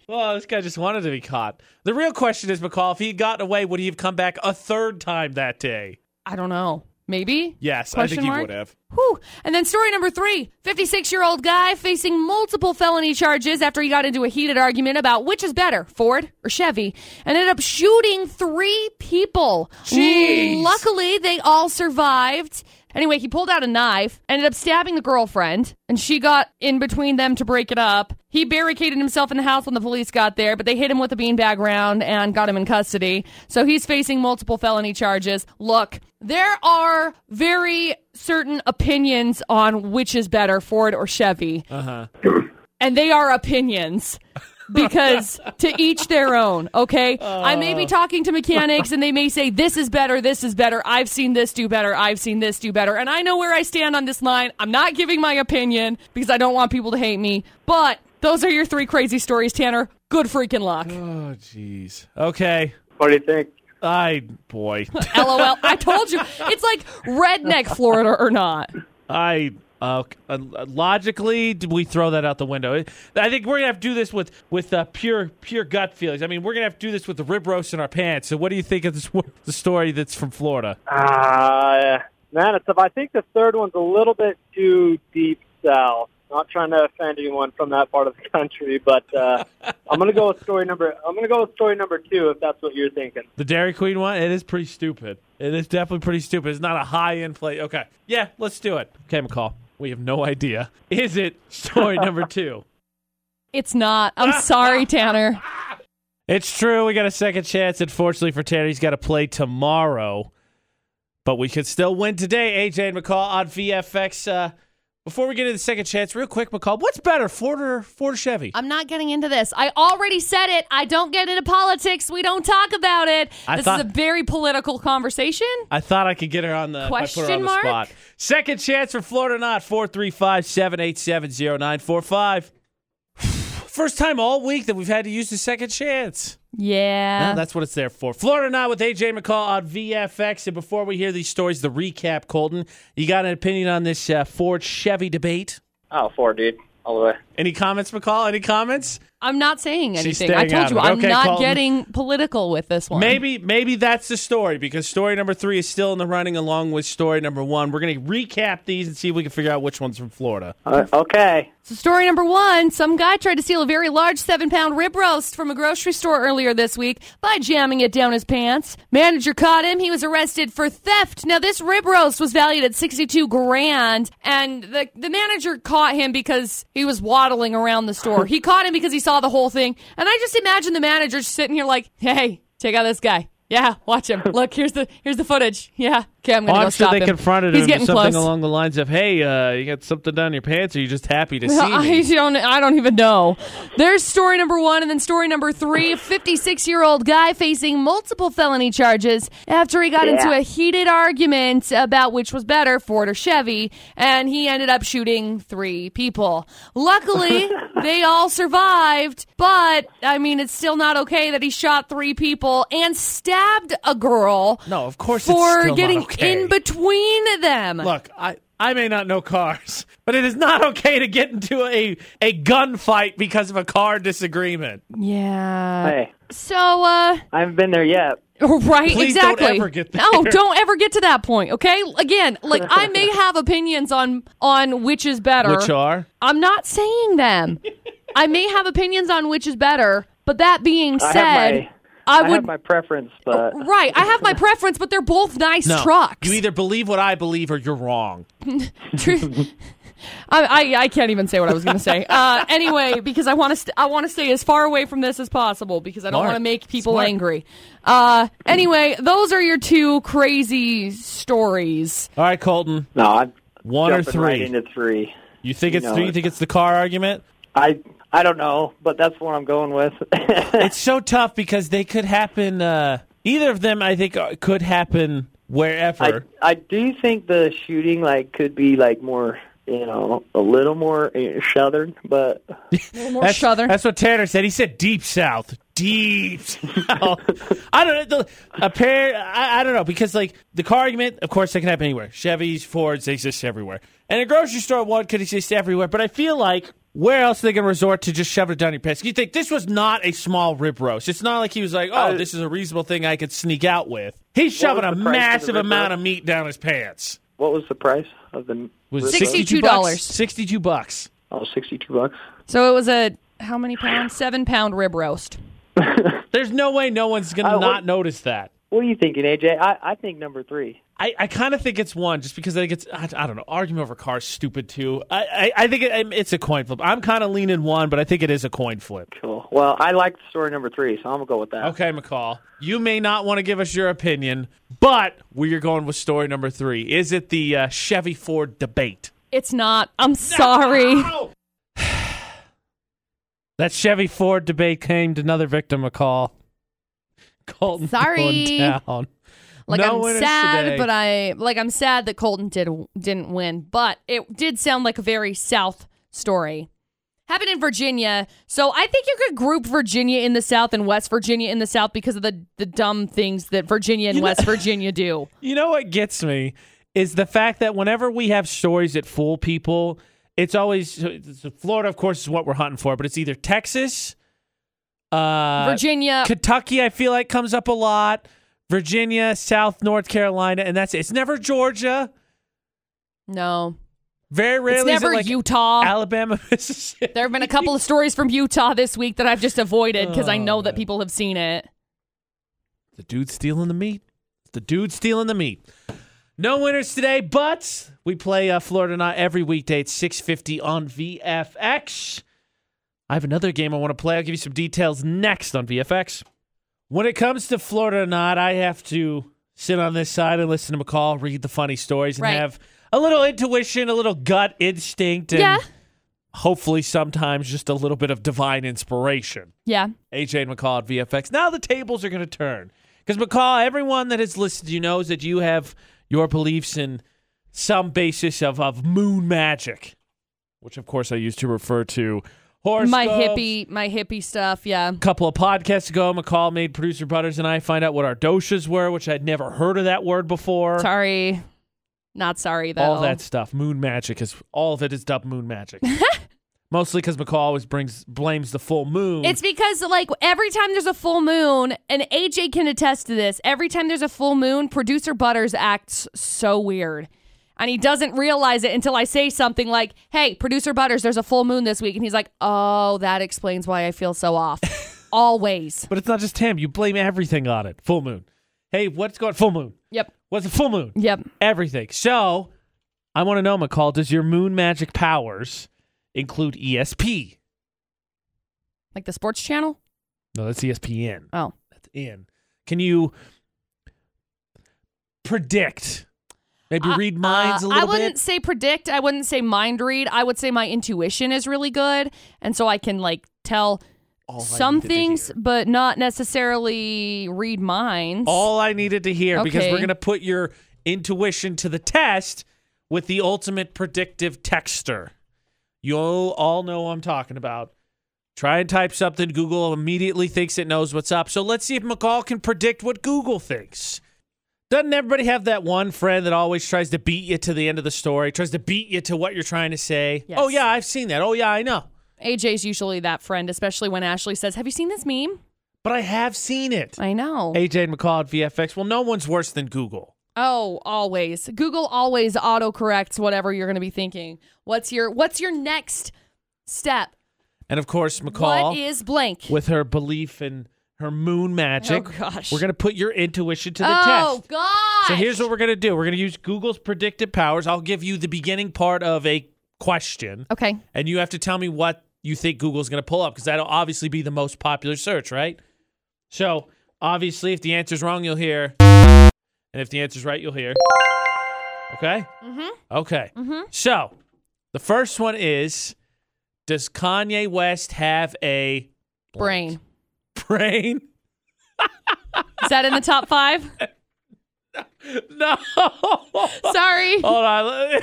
S1: Well, this guy just wanted to be caught. The real question is, McCall, if he had gotten away, would he have come back a third time that day?
S2: I don't know. Maybe.
S1: Yes, I
S2: Question
S1: think he
S2: mark?
S1: would have.
S2: Whew. And then story number three 56 year old guy facing multiple felony charges after he got into a heated argument about which is better, Ford or Chevy, and ended up shooting three people.
S1: Jeez.
S2: Luckily, they all survived. Anyway, he pulled out a knife, ended up stabbing the girlfriend, and she got in between them to break it up. He barricaded himself in the house when the police got there, but they hit him with a beanbag round and got him in custody. So he's facing multiple felony charges. Look, there are very certain opinions on which is better, Ford or Chevy. Uh-huh. and they are opinions because to each their own, okay? I may
S1: Oh.
S2: be talking to mechanics and they may say, this is better, this is better, I've seen this do better, I've seen this do better. And I know where I stand on this line. I'm not giving my opinion because I don't want people to hate me. But those are your three crazy stories, Tanner. Good freaking luck.
S1: Oh, jeez. Okay.
S5: What do you think?
S1: I boy.
S2: LOL. I told you. It's like redneck Florida or not.
S1: I Uh, uh, logically, did we throw that out the window? I think we're gonna have to do this with with uh, pure pure gut feelings. I mean, we're gonna have to do this with the rib roast in our pants. So, what do you think of this the story that's from Florida?
S5: Uh, man, it's, I think the third one's a little bit too deep south. Not trying to offend anyone from that part of the country, but uh, I'm gonna go with story number. I'm gonna go with story number two if that's what you're thinking.
S1: The Dairy Queen one? It is pretty stupid. It is definitely pretty stupid. It's not a high end play. Okay. Yeah, let's do it. Okay, McCall. We have no idea. Is it story number two?
S2: It's not. I'm sorry, Tanner.
S1: It's true. We got a second chance. Unfortunately for Tanner, he's got to play tomorrow, but we could still win today. AJ and McCall on VFX. Uh, before we get into the second chance, real quick, McCall, what's better, Ford or Ford or Chevy?
S2: I'm not getting into this. I already said it. I don't get into politics. We don't talk about it.
S1: I
S2: this
S1: thought-
S2: is a very political conversation.
S1: I thought I could get her on the if I put her
S2: Question
S1: on
S2: mark?
S1: the spot. Second chance for Florida not 435-787-0945. First time all week that we've had to use the second chance.
S2: Yeah.
S1: Well, that's what it's there for. Florida Not with AJ McCall on VFX. And before we hear these stories, the recap, Colton, you got an opinion on this uh, Ford Chevy debate?
S5: Oh, four, dude, all the way.
S1: Any comments, McCall? Any comments?
S2: I'm not saying
S1: She's
S2: anything. I
S1: staying
S2: told
S1: out
S2: you,
S1: of it.
S2: I'm
S1: Okay,
S2: not
S1: Colton.
S2: getting political with this one.
S1: Maybe maybe that's the story because story number three is still in the running along with story number one. We're going to recap these and see if we can figure out which one's from Florida.
S5: Uh, okay.
S2: So story number one, some guy tried to steal a very large seven pound rib roast from a grocery store earlier this week by jamming it down his pants. Manager caught him. He was arrested for theft. Now this rib roast was valued at 62 grand and the, the manager caught him because he was waddling around the store. he caught him because he saw the whole thing. And I just imagine the manager just sitting here like, Hey, check out this guy. Yeah, watch him. Look, here's the here's the footage. Yeah. Okay, I'm gonna
S1: I'm
S2: go
S1: sure
S2: Oh, stop
S1: they
S2: him.
S1: confronted
S2: He's
S1: him
S2: getting
S1: with something
S2: close.
S1: along the lines of, "Hey, uh, you got something down your pants? Or are you just happy to see
S2: I
S1: me?"
S2: don't. I don't even know. There's story number one, and then story number three. A 56 year old guy facing multiple felony charges after he got into a heated argument about which was better, Ford or Chevy, and he ended up shooting three people. Luckily, they all survived. But I mean, it's still not okay that he shot three people and stabbed a girl.
S1: No, of course it's
S2: for
S1: still not
S2: getting
S1: okay.
S2: in between them.
S1: Look, I, I may not know cars, but it is not okay to get into a, a gunfight because of a car disagreement.
S2: yeah.
S5: Hey,
S2: So, uh.
S5: I haven't been there yet.
S2: Right,
S1: Please don't
S2: exactly.
S1: ever get
S2: No,
S1: there.
S2: don't ever get to that point. Okay, again, like I may have opinions on on which is better.
S1: Which are?
S2: I'm not saying them. I may have opinions on which is better, but that being
S5: I
S2: said,
S5: have my, I,
S2: would Oh,
S5: have my preference, but
S2: right. I have my preference, but they're both nice
S1: No.
S2: trucks.
S1: You either believe what I believe or you're wrong.
S2: Truth- I, I, I can't even say what I was going to say. Uh, anyway, because I want to st- I want to stay as far away from this as possible because I don't
S1: Smart.
S2: want to make people
S1: Smart.
S2: angry. Uh, anyway, those are your two crazy stories.
S1: All right, Colton.
S5: no, I'm
S1: One or
S5: jumping right
S1: three?
S5: into three.
S1: You think it's
S5: No.
S1: three? You think it's the car argument?
S5: I I don't know, but that's what I'm going with.
S1: It's so tough because they could happen. Uh, either of them, I think, uh, could happen
S5: I
S1: wherever.
S5: I do think the shooting like could be like more, you know, a little more uh, southern, but
S2: More
S1: that's,
S2: Shuther.
S1: that's what Tanner said. He said deep south. Deep south. I don't know. The, a pair, I, I don't know. Because, like, the car argument, of course, they can happen anywhere. Chevys, Fords, they exist everywhere. And a grocery store one could exist everywhere. But I feel like where else are they going to resort to just shove it down your pants? You think this was not a small rib roast. It's not like he was like, oh,
S5: I-
S1: this is a reasonable thing I could sneak out with. He's shoving
S5: was
S1: a
S5: the price for the
S1: massive
S5: rib
S1: amount
S5: roast?
S1: of meat down his pants.
S5: what was the price of the
S1: Was
S5: rib
S1: it
S2: $62?
S5: roast?
S1: bucks? 62 bucks.
S5: Oh, 62 bucks.
S2: so it was a how many pounds? Seven pound rib roast.
S1: There's no way no one's going to
S5: Uh, what-
S1: not notice that.
S5: What are you thinking, AJ? I I think number 3.
S1: I, I kind of think it's one just because I think it's, I, I don't know, argument over cars stupid too. I, I, I think it, um, it's a coin flip. I'm kind of leaning one, but I think it is a coin flip.
S5: Cool. Well, I like story number 3, so I'm going to go with that.
S1: Okay, McCall, you may not want to give us your opinion, but we are going with story number three. Is it the uh, Chevy Ford debate?
S2: It's not. I'm sorry.
S1: That Chevy Ford debate came to another victim, McCall. Colton
S2: Sorry.
S1: going down.
S2: Like
S1: No
S2: I'm
S1: winners
S2: sad,
S1: today.
S2: but I like I'm sad that Colton did didn't win, but it did sound like a very South story. Happened in Virginia, so I think you could group Virginia in the South and West Virginia in the South because of the the dumb things that Virginia and West Virginia do.
S1: You know what gets me is the fact that whenever we have stories that fool people, it's always it's- Florida, of course, is what we're hunting for, but it's either Texas, uh,
S2: Virginia.
S1: Kentucky, I feel like comes up a lot. Virginia, South North Carolina, and that's it. It's never Georgia.
S2: no.
S1: Very rarely
S2: It's
S1: is it,
S2: never
S1: like
S2: Utah.
S1: Alabama, Mississippi.
S2: there have been a couple of stories from Utah this week that I've just avoided because I know
S1: Uh.
S2: that people have seen it.
S1: The dude stealing the meat. The dude stealing the meat. No winners today, but we play uh, Florida Not every weekday at 6.50 on VFX. I have another game I want to play. I'll give you some details next on VFX. When it comes to Florida or Not, I have to sit on this side and listen to McCall read the funny stories and
S2: Right.
S1: have a little intuition, a little gut instinct, and
S2: Yeah.
S1: hopefully sometimes just a little bit of divine inspiration.
S2: Yeah.
S1: AJ and McCall at VFX. Now the tables are going to turn because McCall, everyone that has listed you knows that you have your beliefs in some basis of of moon magic, which of course I used to refer to horoscopes.
S2: My hippie, my hippie stuff. Yeah.
S1: A couple of podcasts ago, McCall made producer Butters and I find out what our doshas were, which I'd never heard of that word before.
S2: Sorry. Not sorry though.
S1: All that stuff, moon magic is all of it is dubbed moon magic. Mostly because McCall always brings blames the full moon.
S2: It's because like every time there's a full moon, and AJ can attest to this. Every time there's a full moon, producer Butters acts so weird. And he doesn't realize it until I say something like, "Hey, producer Butters, there's a full moon this week." And he's like, "Oh, that explains why I feel so off." Always.
S1: But it's not just him. You blame everything on it. Full moon. Hey, what's going? Full moon.
S2: Yep.
S1: What's a full moon?
S2: Yep.
S1: Everything. So, I want to know, McCall. Does your moon magic powers include E ESP?
S2: Like the sports channel?
S1: No, that's E ESPN.
S2: Oh.
S1: That's in. Can you predict? Maybe read minds a
S2: Uh,
S1: little
S2: I wouldn't
S1: bit.
S2: say predict. I wouldn't say mind read. I would say my intuition is really good, and so I can like tell
S1: All I
S2: some
S1: needed to
S2: things,
S1: hear.
S2: but not necessarily read minds.
S1: All I needed to hear because we're
S2: Okay.
S1: gonna put your intuition to the test with the ultimate predictive texter. You all know what I'm talking about. Try and type something. Google immediately thinks it knows what's up. So let's see if McCall can predict what Google thinks. Doesn't everybody have that one friend that always tries to beat you to the end of the story, tries to beat you to what you're trying to say?
S2: Yes.
S1: Oh, yeah, I've seen that. Oh, yeah, I know.
S2: AJ's usually that friend, especially when Ashley says, "Have you seen this meme?"
S1: But I have seen it.
S2: I know.
S1: AJ and McCall at VFX. Well, no one's worse than Google.
S2: oh, always. Google always autocorrects whatever you're going to be thinking. What's your What's your next step?
S1: And of course, McCall.
S2: What is blank?
S1: with her belief in her moon magic.
S2: Oh, gosh.
S1: We're gonna put your intuition to the
S2: oh
S1: test.
S2: God!
S1: So here's what we're gonna do. We're gonna use Google's predictive powers. I'll give you the beginning part of a question,
S2: okay.
S1: and you have to tell me what you think Google's gonna pull up, because that'll obviously be the most popular search, right? So obviously if the answer's wrong, you'll hear. And if the answer's right, you'll hear. Okay? Mm-hmm. Okay. Mm-hmm. So the first one is Does Kanye West have a
S2: Brain.
S1: brain?
S2: Is that in the top five?
S1: No. Hold
S2: Sorry.
S1: Oh,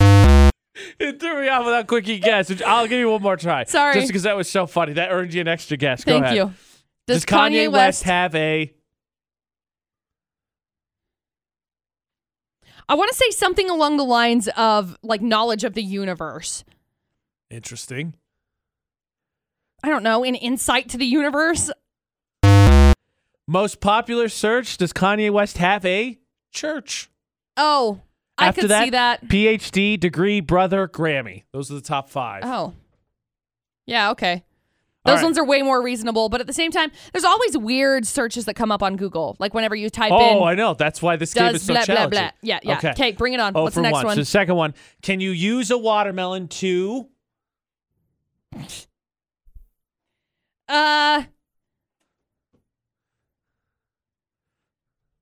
S1: on. It threw me off with that quickie guess, which I'll give you one more try.
S2: Sorry.
S1: Just because that was so funny. That earned you an extra guess. Go
S2: Thank
S1: ahead.
S2: you.
S1: Does, Kanye, West have a.
S2: I want to say something along the lines of like knowledge of the universe.
S1: Interesting.
S2: I don't know, an insight to the universe.
S1: Most popular search Does Kanye West have a church?
S2: Oh, I
S1: After
S2: could
S1: that,
S2: see that.
S1: PhD, degree, brother, Grammy. Those are the top five.
S2: Oh. Yeah, okay.
S1: All
S2: Those
S1: right.
S2: ones are way more reasonable, but at the same time, there's always weird searches that come up on Google. Like whenever you type
S1: Oh,
S2: in
S1: I know. That's why this game
S2: does
S1: is so
S2: blah blah
S1: challenging.
S2: blah. Yeah, yeah.
S1: Okay.
S2: Okay, bring it on.
S1: Oh,
S2: What's
S1: for
S2: the next
S1: one.
S2: one?
S1: So the second one, can you use a watermelon to
S2: uh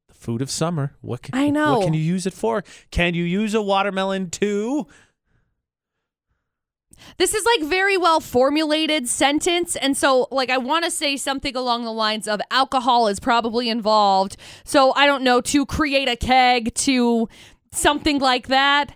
S1: the food of summer? What can,
S2: I know.
S1: What can you use it for? Can you use a watermelon to?
S2: this is like very well formulated sentence and so like i want to say something along the lines of alcohol is probably involved so i don't know to create a keg to something like that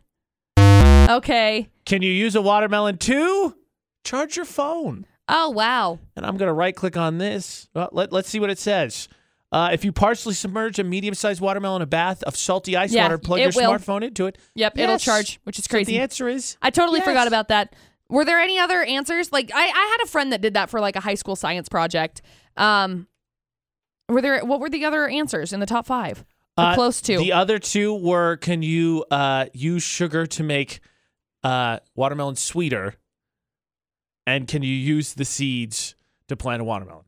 S2: okay
S1: Can you use a watermelon to charge your phone?
S2: oh wow
S1: And I'm gonna right click on this. Well, let Let's see what it says. Uh, if you partially submerge a medium-sized watermelon in a bath of salty ice
S2: Yeah,
S1: water, plug
S2: it
S1: your
S2: will.
S1: smartphone into it.
S2: Yep, it'll
S1: Yes.
S2: charge, which is
S1: So
S2: crazy.
S1: the answer is
S2: I totally
S1: Yes.
S2: forgot about that. Were there any other answers? Like I, I had a friend that did that for like a high school science project. Um, were there what were the other answers in the top five? Or
S1: Uh,
S2: close to.
S1: The other two were: Can you uh, use sugar to make uh, watermelon sweeter? And can you use the seeds to plant a watermelon?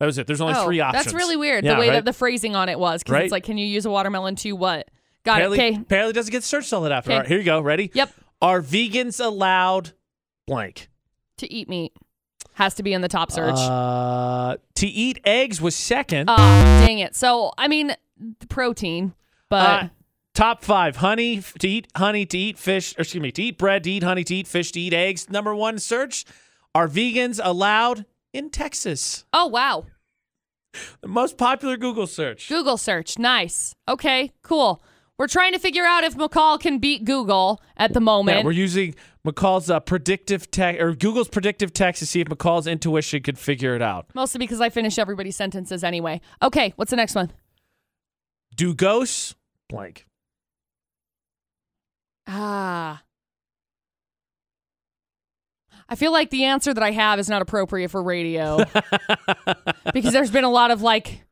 S1: That was it. There's only
S2: Oh,
S1: three options.
S2: That's really weird
S1: Yeah,
S2: the way
S1: right?
S2: that the phrasing on it was. Because
S1: Right.
S2: it's like, can you use a watermelon to what? Got
S1: Apparently,
S2: it. Okay.
S1: apparently doesn't get searched all that often.
S2: 'Kay.
S1: All right, here you go. Ready?
S2: Yep.
S1: Are vegans allowed? Blank.
S2: To eat meat has to be in the top search.
S1: Uh, to eat eggs was second.
S2: Ah, dang it. So I mean, the protein, but
S1: Uh, top five: honey f- to eat honey to eat fish. Or excuse me, to eat bread, to eat honey, to eat fish, to eat eggs. Number one search: Are vegans allowed in Texas?
S2: oh wow,
S1: The most popular Google search.
S2: Google search, nice. Okay, cool. We're trying to figure out if McCall can beat Google at the
S1: Yeah,
S2: moment.
S1: we're using McCall's uh, predictive tech or Google's predictive text to see if McCall's intuition could figure it out.
S2: Mostly because I finish everybody's sentences anyway. Okay, what's the next one?
S1: Do ghosts blank?
S2: Ah. I feel like the answer that I have is not appropriate for radio because there's been a lot of like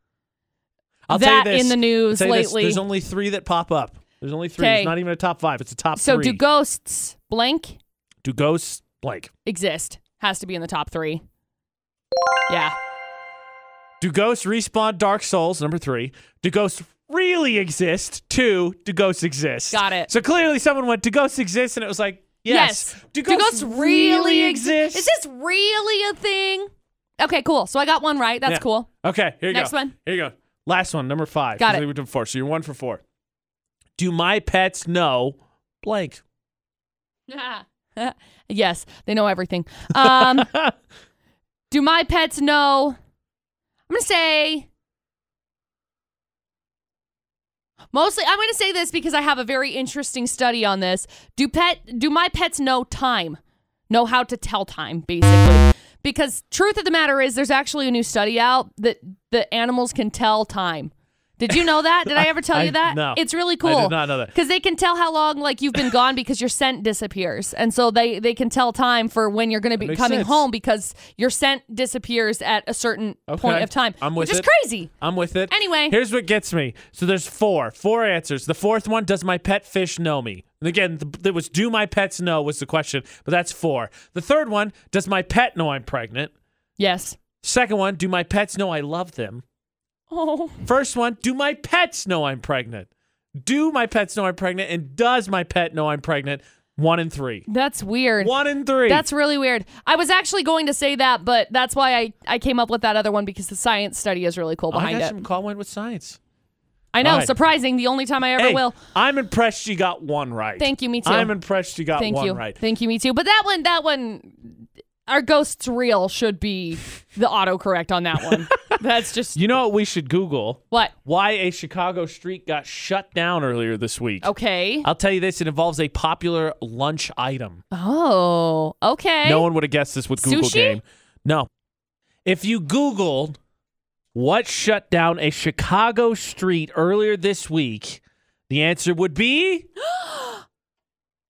S1: I'll
S2: that
S1: tell you this.
S2: in the news
S1: I'll tell you this,
S2: lately.
S1: there's only three that pop up. There's only three.
S2: Okay.
S1: It's not even a top five. It's a top
S2: so
S1: three.
S2: do ghosts blank
S1: Do ghosts blank?
S2: exist? Has to be in the top three. Yeah.
S1: Do ghosts respawn Dark Souls? Number three. Do ghosts really exist? Two. Do ghosts exist?
S2: Got it.
S1: So clearly, someone went. Do ghosts exist? And it was like, yes. Do, ghosts really exist?
S2: Is this really a thing? Okay, cool. So I got one right. That's
S1: Yeah.
S2: cool.
S1: Okay, here you
S2: Next
S1: go.
S2: one.
S1: Here you go. Last one, number five.
S2: Got
S1: 'cause
S2: it.
S1: We did four, so you're one for four. Do my pets know blank?
S2: yes, they know everything. Um, do my pets know? I'm gonna say mostly. I'm gonna say this because I have a very interesting study on this. Do pet? Do my pets know time? Know how to tell time, basically. Because truth of the matter is, there's actually a new study out that the animals can tell time. Did you know that? Did I ever tell
S1: I-
S2: you that?
S1: no.
S2: It's really
S1: I did
S2: cool.
S1: not know that.
S2: Because they can tell how long like you've been gone because your scent disappears, and so they they can tell time for when you're going to be
S1: makes
S2: coming
S1: sense.
S2: home because your scent disappears at a certain point
S1: Okay.
S2: of time,
S1: I'm with
S2: which is
S1: it.
S2: crazy.
S1: I'm with it.
S2: Anyway.
S1: here's what gets me. So there's four, four answers. The fourth one, does my pet fish know me? And again, th- that was do my pets know was the question, but that's four. The third one, does my pet know I'm pregnant?
S2: Yes.
S1: Second one, do my pets know I love them?
S2: Oh,
S1: First one, do my pets know I'm pregnant? Do my pets know I'm pregnant? And does my pet know I'm pregnant? One in three.
S2: that's weird.
S1: One in three.
S2: That's really weird. I was actually going to say that, but that's why I, I came up with that other one because the science study is really cool
S1: I
S2: behind
S1: got
S2: it.
S1: some call went with science.
S2: I know,
S1: All right.
S2: surprising. The only time I ever
S1: Hey,
S2: will.
S1: I'm impressed you got one right.
S2: Thank you, me too.
S1: I'm impressed you got
S2: Thank
S1: one
S2: you.
S1: right.
S2: Thank you, me too. But that one, that one, our ghosts real should be the autocorrect on that one. That's just
S1: You know what we should Google?
S2: what.
S1: Why a Chicago street got shut down earlier this week.
S2: Okay.
S1: I'll tell you this, it involves a popular lunch item.
S2: Oh, okay.
S1: No one would have guessed this with Google
S2: Sushi?
S1: game. No. If you Googled what shut down a Chicago street earlier this week, the answer would be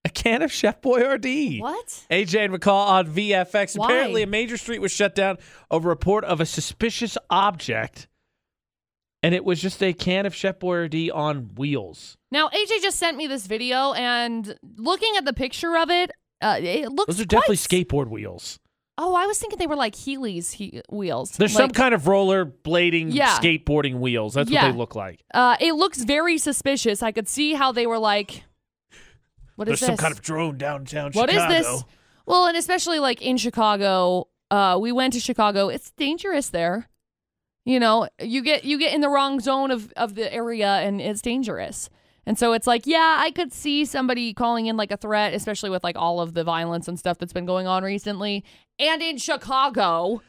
S1: a can of Chef Boyardee.
S2: What?
S1: AJ and McCall on VFX.
S2: Why?
S1: Apparently, a major street was shut down over a report of a suspicious object, and it was just a can of Chef Boyardee on wheels.
S2: Now, AJ just sent me this video, and looking at the picture of it, uh, it looks.
S1: Those are definitely
S2: quite-
S1: skateboard wheels.
S2: Oh, I was thinking they were like Heelys he- wheels.
S1: There's some
S2: Like,
S1: kind of rollerblading,
S2: Yeah.
S1: skateboarding wheels. That's
S2: Yeah.
S1: what they look like.
S2: Uh, it looks very suspicious. I could see how they were like. What is
S1: There's some
S2: this?
S1: kind of drone downtown
S2: What is
S1: Chicago.
S2: this? Well, and especially like in Chicago, uh, we went to Chicago. It's dangerous there. You know, you get you get in the wrong zone of of the area, and it's dangerous. And so it's like, yeah, I could see somebody calling in like a threat, especially with like all of the violence and stuff that's been going on recently. And in Chicago,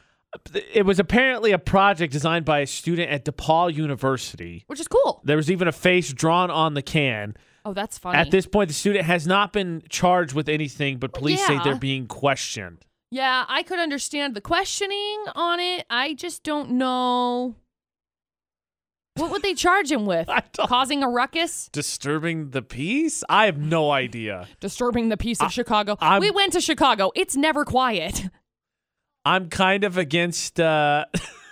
S1: It was apparently a project designed by a student at DePaul University.
S2: which is cool.
S1: There was even a face drawn on the can.
S2: Oh, that's funny.
S1: At this point, the student has not been charged with anything, but police say
S2: yeah.
S1: they're being questioned.
S2: yeah, I could understand the questioning on it. I just don't know What would they charge him with?
S1: don't-
S2: Causing a ruckus,
S1: Disturbing the peace? I have no idea.
S2: disturbing the peace of Chicago.
S1: I'm-
S2: we went to Chicago. It's never quiet.
S1: I'm kind of against. Uh,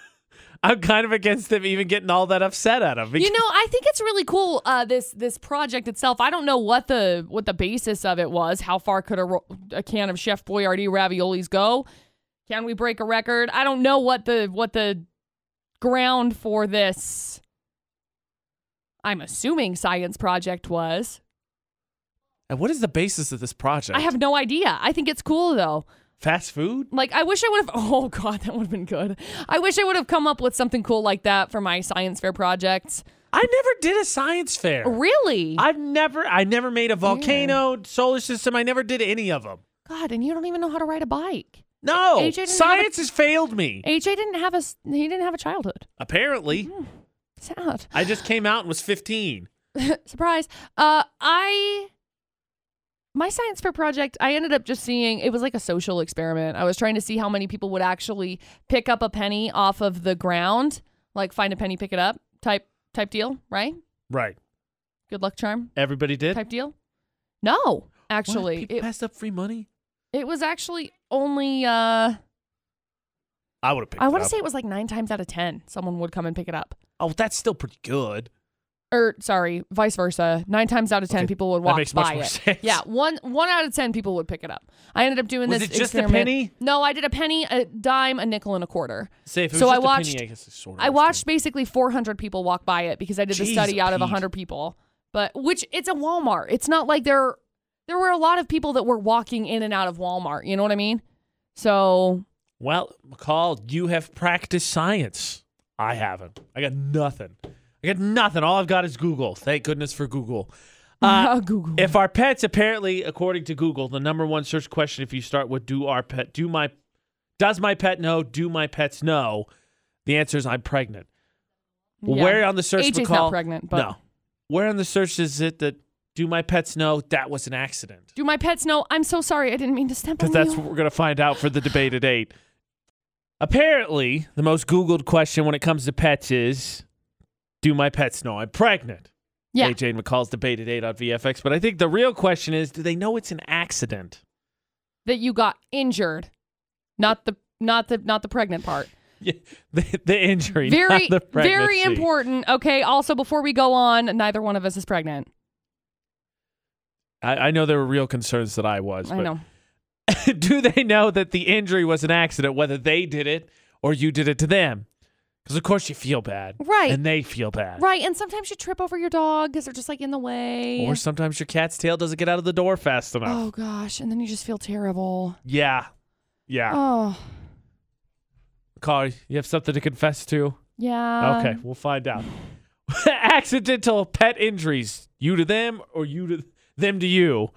S1: I'm kind of against them even getting all that upset at him.
S2: You know, I think it's really cool. Uh, this this project itself. I don't know what the what the basis of it was. How far could a, ro- a can of Chef Boyardee raviolis go? Can we break a record? I don't know what the what the ground for this. I'm assuming science project was.
S1: and what is the basis of this project?
S2: I have no idea. I think it's cool though.
S1: fast food.
S2: Like I wish I would have. Oh god, that would have been good. I wish I would have come up with something cool like that for my science fair projects.
S1: I never did a science fair.
S2: Really?
S1: I've never. I never made a volcano, solar system. I never did any of them.
S2: God, and you don't even know how to ride a bike.
S1: No,
S2: AJ didn't have
S1: science has failed me.
S2: AJ didn't have a s- he didn't have a childhood.
S1: Apparently,
S2: Sad.
S1: I just came out and was 15.
S2: Surprise. Uh I my science fair project, I ended up just seeing it was like a social experiment. I was trying to see how many people would actually pick up a penny off of the ground, like find a penny, pick it up type type deal, right?
S1: Right.
S2: Good luck charm
S1: Everybody did.
S2: type deal. No,
S1: What?
S2: actually,
S1: people
S2: it,
S1: passed up free money.
S2: it was actually only uh
S1: I would have picked.
S2: I
S1: it
S2: want to
S1: up.
S2: say it was like nine times out of ten someone would come and pick it up.
S1: Oh, that's still pretty good.
S2: or sorry, vice versa. Nine times out of ten,
S1: Okay,
S2: people would
S1: that
S2: walk
S1: makes
S2: by
S1: much more
S2: it.
S1: sense.
S2: Yeah, one one out of ten people would pick it up. I ended up doing
S1: Was
S2: this.
S1: it just a
S2: experiment.
S1: penny?
S2: No, I did a penny, a dime, a nickel, and a quarter.
S1: Say if it
S2: So
S1: was
S2: I
S1: just a
S2: watched-
S1: penny, I guess it's sort of
S2: I
S1: understand.
S2: watched basically 400 people walk by it because I did the
S1: Jeez,
S2: study out of
S1: Pete.
S2: 100 people. But which it's a Walmart. It's not like there there were a lot of people that were walking in and out of Walmart. You know what I mean? So
S1: Well, McCall, you have practiced science. I haven't. I got nothing. I got nothing. All I've got is Google. Thank goodness for Google. Uh,
S2: Google.
S1: if our pets, apparently, according to Google, the number one search question if you start with "Do our pet? Do my? Does my pet know? Do my pets know?" The answer is I'm pregnant. Well,
S2: Yeah.
S1: Where on the search
S2: AJ's
S1: McCall?
S2: not pregnant, but
S1: no. Where on the search is it that do my pets know that was an accident?
S2: do my pets know? I'm so sorry. I didn't mean to step on
S1: Because that's
S2: you.
S1: what we're going to find out for the debate at 8. Apparently, the most Googled question when it comes to pets is Do my pets know I'm pregnant?
S2: yeah.
S1: AJ and McCall's debate at 8 on VFX. But I think the real question is Do they know it's an accident?
S2: that you got injured, not the not the not the pregnant part.
S1: Yeah, the, the injury. not
S2: Very
S1: the
S2: very
S1: pregnancy.
S2: important. Okay. Also, before we go on, neither one of us is pregnant.
S1: I, I know there were real concerns that I was.
S2: I
S1: but
S2: know.
S1: do they know that the injury was an accident, whether they did it or you did it to them? Because of course you feel bad,
S2: Right.
S1: And they feel bad,
S2: Right. And sometimes you trip over your dog because they're just like in the way.
S1: Or sometimes your cat's tail doesn't get out of the door fast enough.
S2: oh gosh, and then you just feel terrible.
S1: Yeah, yeah.
S2: Oh
S1: Carl, you have something to confess to.
S2: yeah.
S1: okay, we'll find out. Accidental pet injuries, you to them or you to them to you,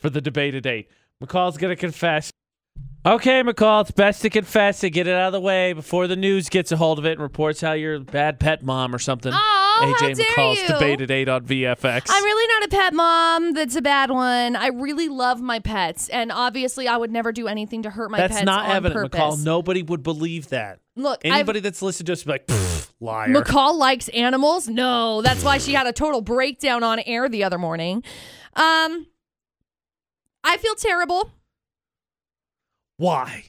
S1: for the debate at eight. McCall's gonna confess. Okay, McCall, it's best to confess and get it out of the way before the news gets a hold of it and reports how you're a bad pet mom or something.
S2: Oh,
S1: AJ
S2: how dare
S1: McCall's
S2: you.
S1: debate at eight on VFX.
S2: I'm really not a pet mom. That's a bad one. I really love my pets, and obviously, I would never do anything to hurt my
S1: that's
S2: pets.
S1: not
S2: on
S1: evident,
S2: purpose.
S1: McCall. Nobody would believe that.
S2: Look, I've
S1: Anybody that's listened to us would be like, "Pfft, liar.
S2: McCall likes animals? No, that's why she had a total breakdown on air the other morning. Um, I feel terrible.
S1: Why?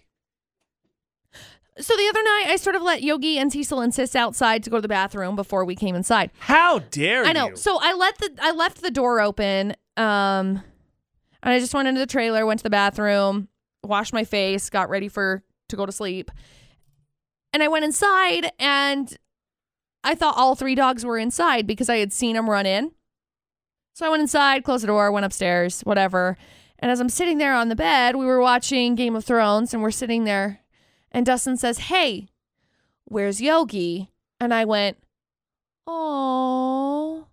S2: So the other night, I sort of let Yogi and Cecil and Sis outside to go to the bathroom before we came inside.
S1: How dare
S2: I know.
S1: you?
S2: So I let the I left the door open. Um, and I just went into the trailer, went to the bathroom, washed my face, got ready for to go to sleep, and I went inside and I thought all three dogs were inside because I had seen them run in. So I went inside, closed the door, went upstairs, whatever. And as I'm sitting there on the bed, we were watching Game of Thrones, and we're sitting there, and Dustin says, "Hey, where's Yogi?" And I went. Oh,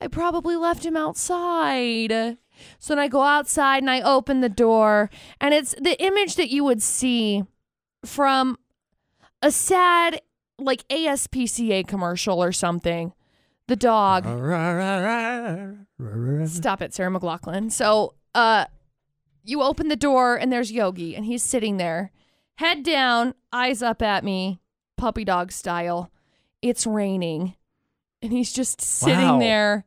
S2: I probably left him outside. So then I go outside and I open the door, and it's the image that you would see from a sad, like ASPCA commercial or something. The
S1: Uh-huh.
S2: dog. Stop it, Sarah McLaughlin. So, uh, you open the door and there's Yogi, and he's sitting there, head down, eyes up at me, puppy dog style. It's raining. and he's just sitting
S1: Wow.
S2: there,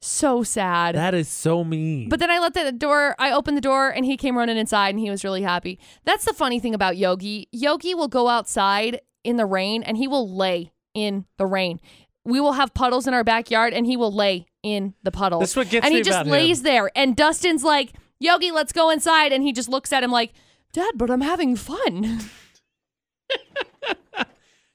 S2: so sad.
S1: That is so mean.
S2: But then I let the door, I opened the door and he came running inside and he was really happy. That's the funny thing about Yogi. Yogi will go outside in the rain and he will lay in the rain. We will have puddles in our backyard and he will lay in the puddles.
S1: That's what gets
S2: And he
S1: me
S2: just
S1: about him.
S2: lays there. And Dustin's like, Yogi, let's go inside. And he just looks at him like, Dad, but I'm having fun.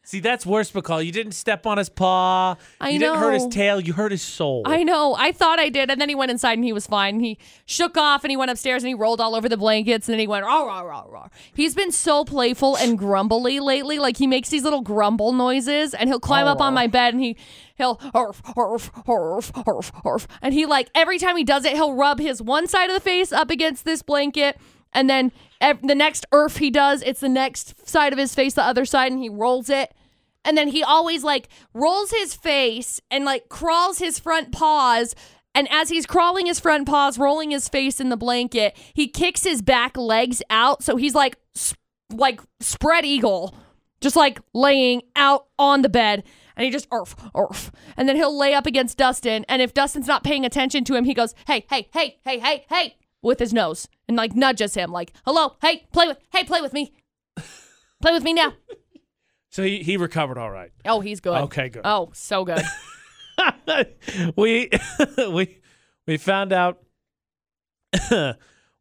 S1: See, that's worse, McCall. You didn't step on his paw.
S2: I
S1: you didn't hurt his
S2: know.
S1: tail. You hurt his soul.
S2: I know. I thought I did. And then he went inside and he was fine. He shook off and he went upstairs and he rolled all over the blankets and then he went, rah, rah, rah, rah. He's been so playful and grumbly lately. Like he makes these little grumble noises and he'll climb up on my bed and he, he'll, arf, arf, arf, arf, arf. And he, like, every time he does it, he'll rub his one side of the face up against this blanket. And then ev- the next erf he does, it's the next side of his face, the other side, and he rolls it. And then he always like rolls his face and like crawls his front paws. And as he's crawling his front paws, rolling his face in the blanket, he kicks his back legs out. So he's like, sp- like spread eagle, just like laying out on the bed. And he just arf, arf. And then he'll lay up against Dustin. And if Dustin's not paying attention to him, he goes, hey, hey, hey, hey, hey, hey, with his nose and like nudges him, like, hello, hey, play with, hey, play with me. Play with me now.
S1: So he, he recovered all right.
S2: Oh, he's good.
S1: Okay, good.
S2: Oh, so good.
S1: we we we found out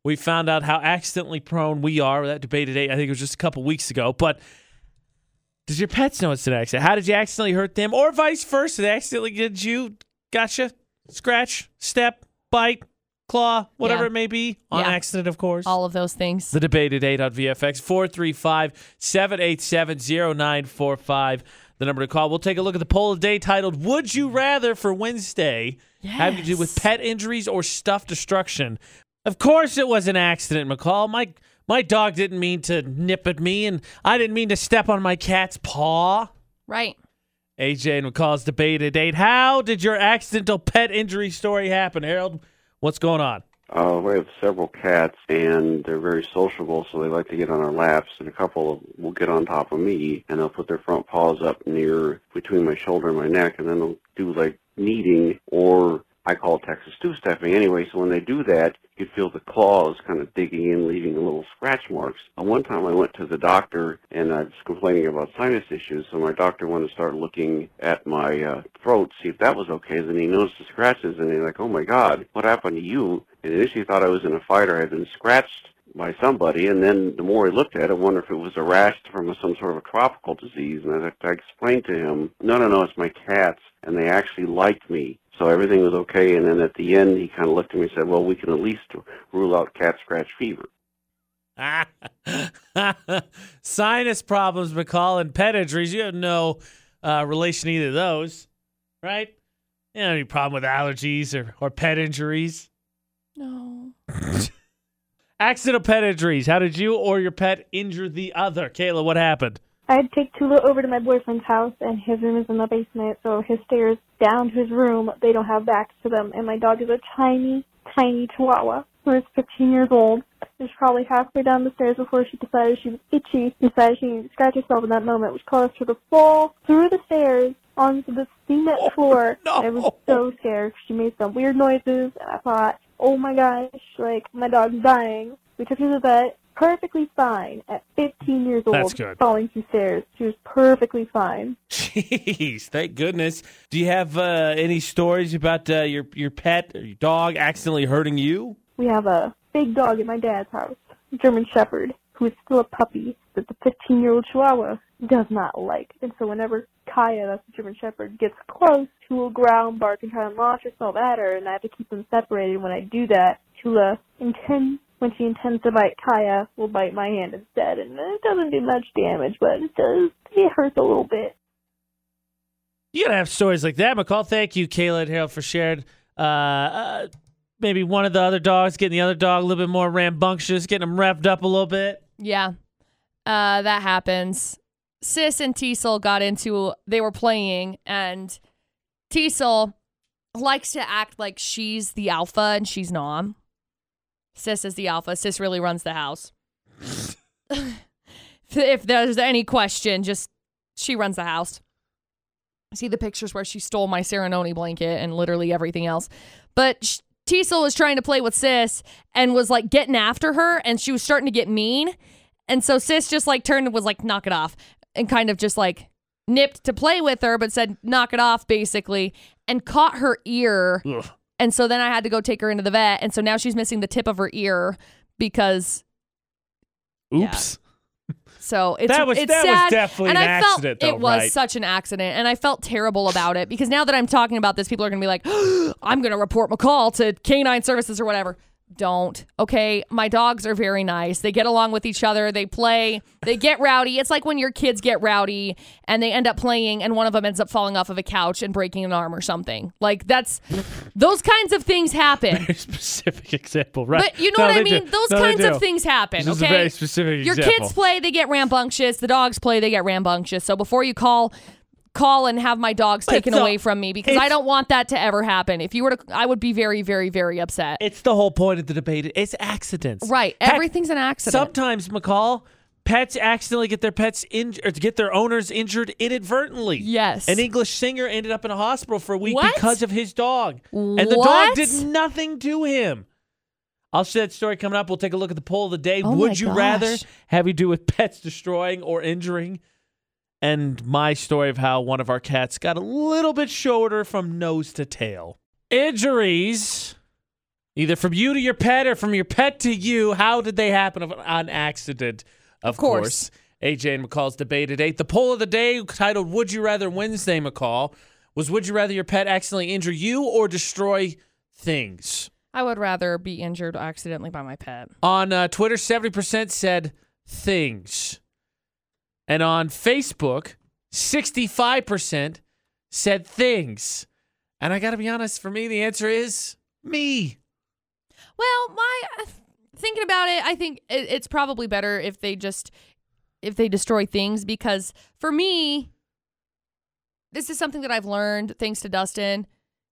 S1: we found out how accidentally prone we are. That debate today, I think it was just a couple weeks ago. But did your pets know it's an accident? How did you accidentally hurt them, or vice versa? They accidentally did you? Gotcha. Scratch, step, bite, claw, whatever
S2: Yeah.
S1: it may be, on
S2: Yeah.
S1: accident, of course.
S2: All of those things.
S1: The debate at 8 on VFX 435 787 0945. The number to call. We'll take a look at the poll of the day titled Would You Rather for Wednesday having to do with
S2: Yes.
S1: pet injuries or stuff destruction? Of course it was an accident, McCall. My my dog didn't mean to nip at me and I didn't mean to step on my cat's paw.
S2: Right.
S1: AJ and McCall's debate at 8. How did your accidental pet injury story happen, Harold? What's going on?
S6: Uh, we have several cats, and they're very sociable, so they like to get on our laps. And a couple of, will get on top of me, and they'll put their front paws up near between my shoulder and my neck, and then they'll do like kneading, or I call it Texas two stepping anyway. So when they do that, you can feel the claws kind of digging in, leaving little scratch marks. And one time I went to the doctor, and I was complaining about sinus issues, so my doctor wanted to start looking at my uh, throat, see if that was okay. Then he noticed the scratches, and he's like, "Oh my God, what happened to you?" and initially thought I was in a fight or I had been scratched by somebody. And then the more I looked at it, I wonder if it was a rash from some sort of a tropical disease. And I, I explained to him, no, no, no, it's my cats, and they actually liked me. So everything was okay. And then at the end, he kind of looked at me and said, well, we can at least rule out cat scratch fever.
S1: Sinus problems, McCall, and pet injuries. You have no uh, relation to either of those, right? You don't have any problem with allergies or, or pet injuries.
S2: No.
S1: Accidental pet injuries. How did you or your pet injure the other? Kayla, what happened?
S7: I'd take Tula over to my boyfriend's house, and his room is in the basement, so his stairs down to his room, they don't have backs to them. And my dog is a tiny, tiny chihuahua who is 15 years old. She's probably halfway down the stairs before she decided she was itchy, decided she needed to scratch herself in that moment, which caused her to fall through the stairs onto the cement floor.
S1: no.
S7: I was so scared. She made some weird noises, and I thought, oh my gosh, like, my dog's dying. We took her to the vet. Perfectly fine at 15 years old.
S1: That's good.
S7: Falling through stairs. She was perfectly fine.
S1: Jeez, thank goodness. Do you have uh, any stories about uh, your your pet or your dog accidentally hurting you?
S7: We have a big dog at my dad's house, a German Shepherd, who is still a puppy that the 15 year old Chihuahua does not like. And so whenever Kaya, that's the German Shepherd, gets close, she will growl and bark and try and launch herself at her, and I have to keep them separated. When I do that, Tula intends. When she intends to bite Kaya, will bite my hand instead, and it doesn't do much damage, but it does, it hurts a little bit.
S1: You gotta have stories like that, McCall. Thank you, Kayla and Harold, for sharing. Uh, uh, maybe one of the other dogs getting the other dog a little bit more rambunctious, getting them revved up a little bit.
S2: Yeah. Uh, that happens. Sis and Teasel got into they were playing and Teasel likes to act like she's the alpha and she's not. Sis is the alpha. Sis really runs the house. if there's any question, just she runs the house. see the pictures where she stole my Serenoni blanket and literally everything else. But sh- Teasel was trying to play with Sis and was like getting after her, and she was starting to get mean. And so Sis just like turned and was like, knock it off, and kind of just like nipped to play with her, but said, knock it off, basically, and caught her ear.
S1: Ugh.
S2: And so then I had to go take her into the vet. And so now she's missing the tip of her ear because
S1: Oops.
S2: so it's
S1: That was-
S2: it's
S1: that was
S2: sad.
S1: definitely
S2: and
S1: an
S2: I felt
S1: accident, though,
S2: it was
S1: right?
S2: such an accident, and I felt terrible about it because now that I'm talking about this, people are gonna be like, "I'm gonna report McCall to Canine Services or whatever." Don't okay. My dogs are very nice. They get along with each other. They play. They get rowdy. It's like when your kids get rowdy and they end up playing, and one of them ends up falling off of a couch and breaking an arm or something. Like that's those kinds of things happen.
S1: Very specific example, right?
S2: But you
S1: No,
S2: know what I
S1: they do.
S2: mean? Those
S1: No, they
S2: kinds of
S1: do.
S2: things happen.
S1: This
S2: okay.
S1: is a very specific
S2: Your
S1: example.
S2: kids play, they get rambunctious. The dogs play, they get rambunctious. So before you call, call and have my dogs taken
S1: it's a-
S2: away from me because I
S1: it's-
S2: don't want that to ever happen. If you were to, I would be very, very, very upset.
S1: It's the whole point of the debate. It's accidents.
S2: right.
S1: Heck,
S2: Everything's an accident.
S1: Sometimes, McCall, pets accidentally get their pets injured, or get their owners injured inadvertently.
S2: Yes.
S1: An English singer ended up in a hospital for a week
S2: What?
S1: because of his dog, and the dog
S2: What?
S1: did nothing to him. I'll share that story coming up. We'll take a look at the poll of the day.
S2: Oh my
S1: Would you rather
S2: gosh.
S1: have you do with pets destroying or injuring? And my story of how one of our cats got a little bit shorter from nose to tail. Injuries either from you to your pet or from your pet to you. How did they happen of- on accident? Of,
S2: course.
S1: AJ and McCall's debate at eight. The poll of the day, titled "Would You Rather Wednesday?" McCall was: Would you rather your pet accidentally injure you or destroy things?
S2: I would rather be injured accidentally by my pet.
S1: On uh, Twitter, seventy percent said things, and on Facebook, sixty-five percent said things. And I got to be honest, for me, the answer is me.
S2: Well, my uh, thinking about it, I think it, it's probably better if they just if they destroy things because for me, this is something that I've learned thanks to Dustin.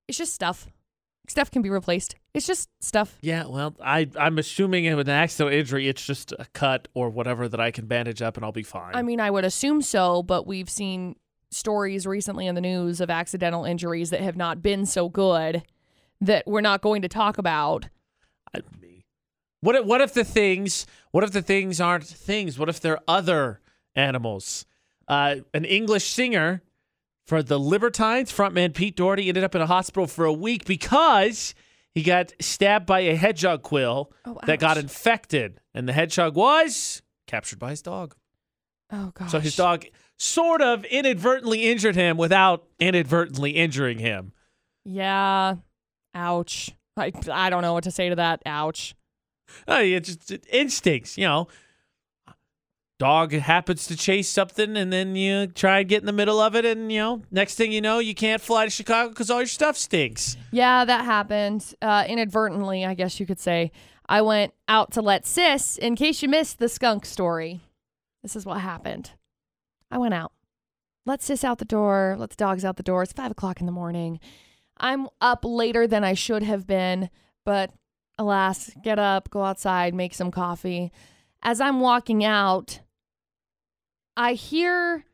S2: It's just stuff. Stuff can be replaced. It's just stuff.
S1: Yeah, well, I I'm assuming it with an accidental injury, it's just a cut or whatever that I can bandage up and I'll be fine.
S2: I mean, I would assume so, but we've seen stories recently in the news of accidental injuries that have not been so good that we're not going to talk about.
S1: I- me. What if, what if the things? What if the things aren't things? What if they're other animals? Uh, an English singer for the Libertines, frontman Pete Doherty, ended up in a hospital for a week because he got stabbed by a hedgehog quill
S2: Oh,
S1: that got
S2: ouch.
S1: infected, and the hedgehog was captured by his dog.
S2: Oh gosh.
S1: So his dog sort of inadvertently injured him without inadvertently injuring him.
S2: Yeah. Ouch. I I don't know what to say to that. Ouch.
S1: Uh, it's just it- instincts, you know. Dog happens to chase something, and then you try and get in the middle of it, and you know, next thing you know, you can't fly to Chicago because all your stuff stinks.
S2: Yeah, that happened uh, inadvertently, I guess you could say. I went out to let sis, in case you missed the skunk story. This is what happened. I went out. Let sis out the door. Let the dogs out the door. It's five o'clock in the morning. I'm up later than I should have been, but alas, get up, go outside, make some coffee. As I'm walking out, I hear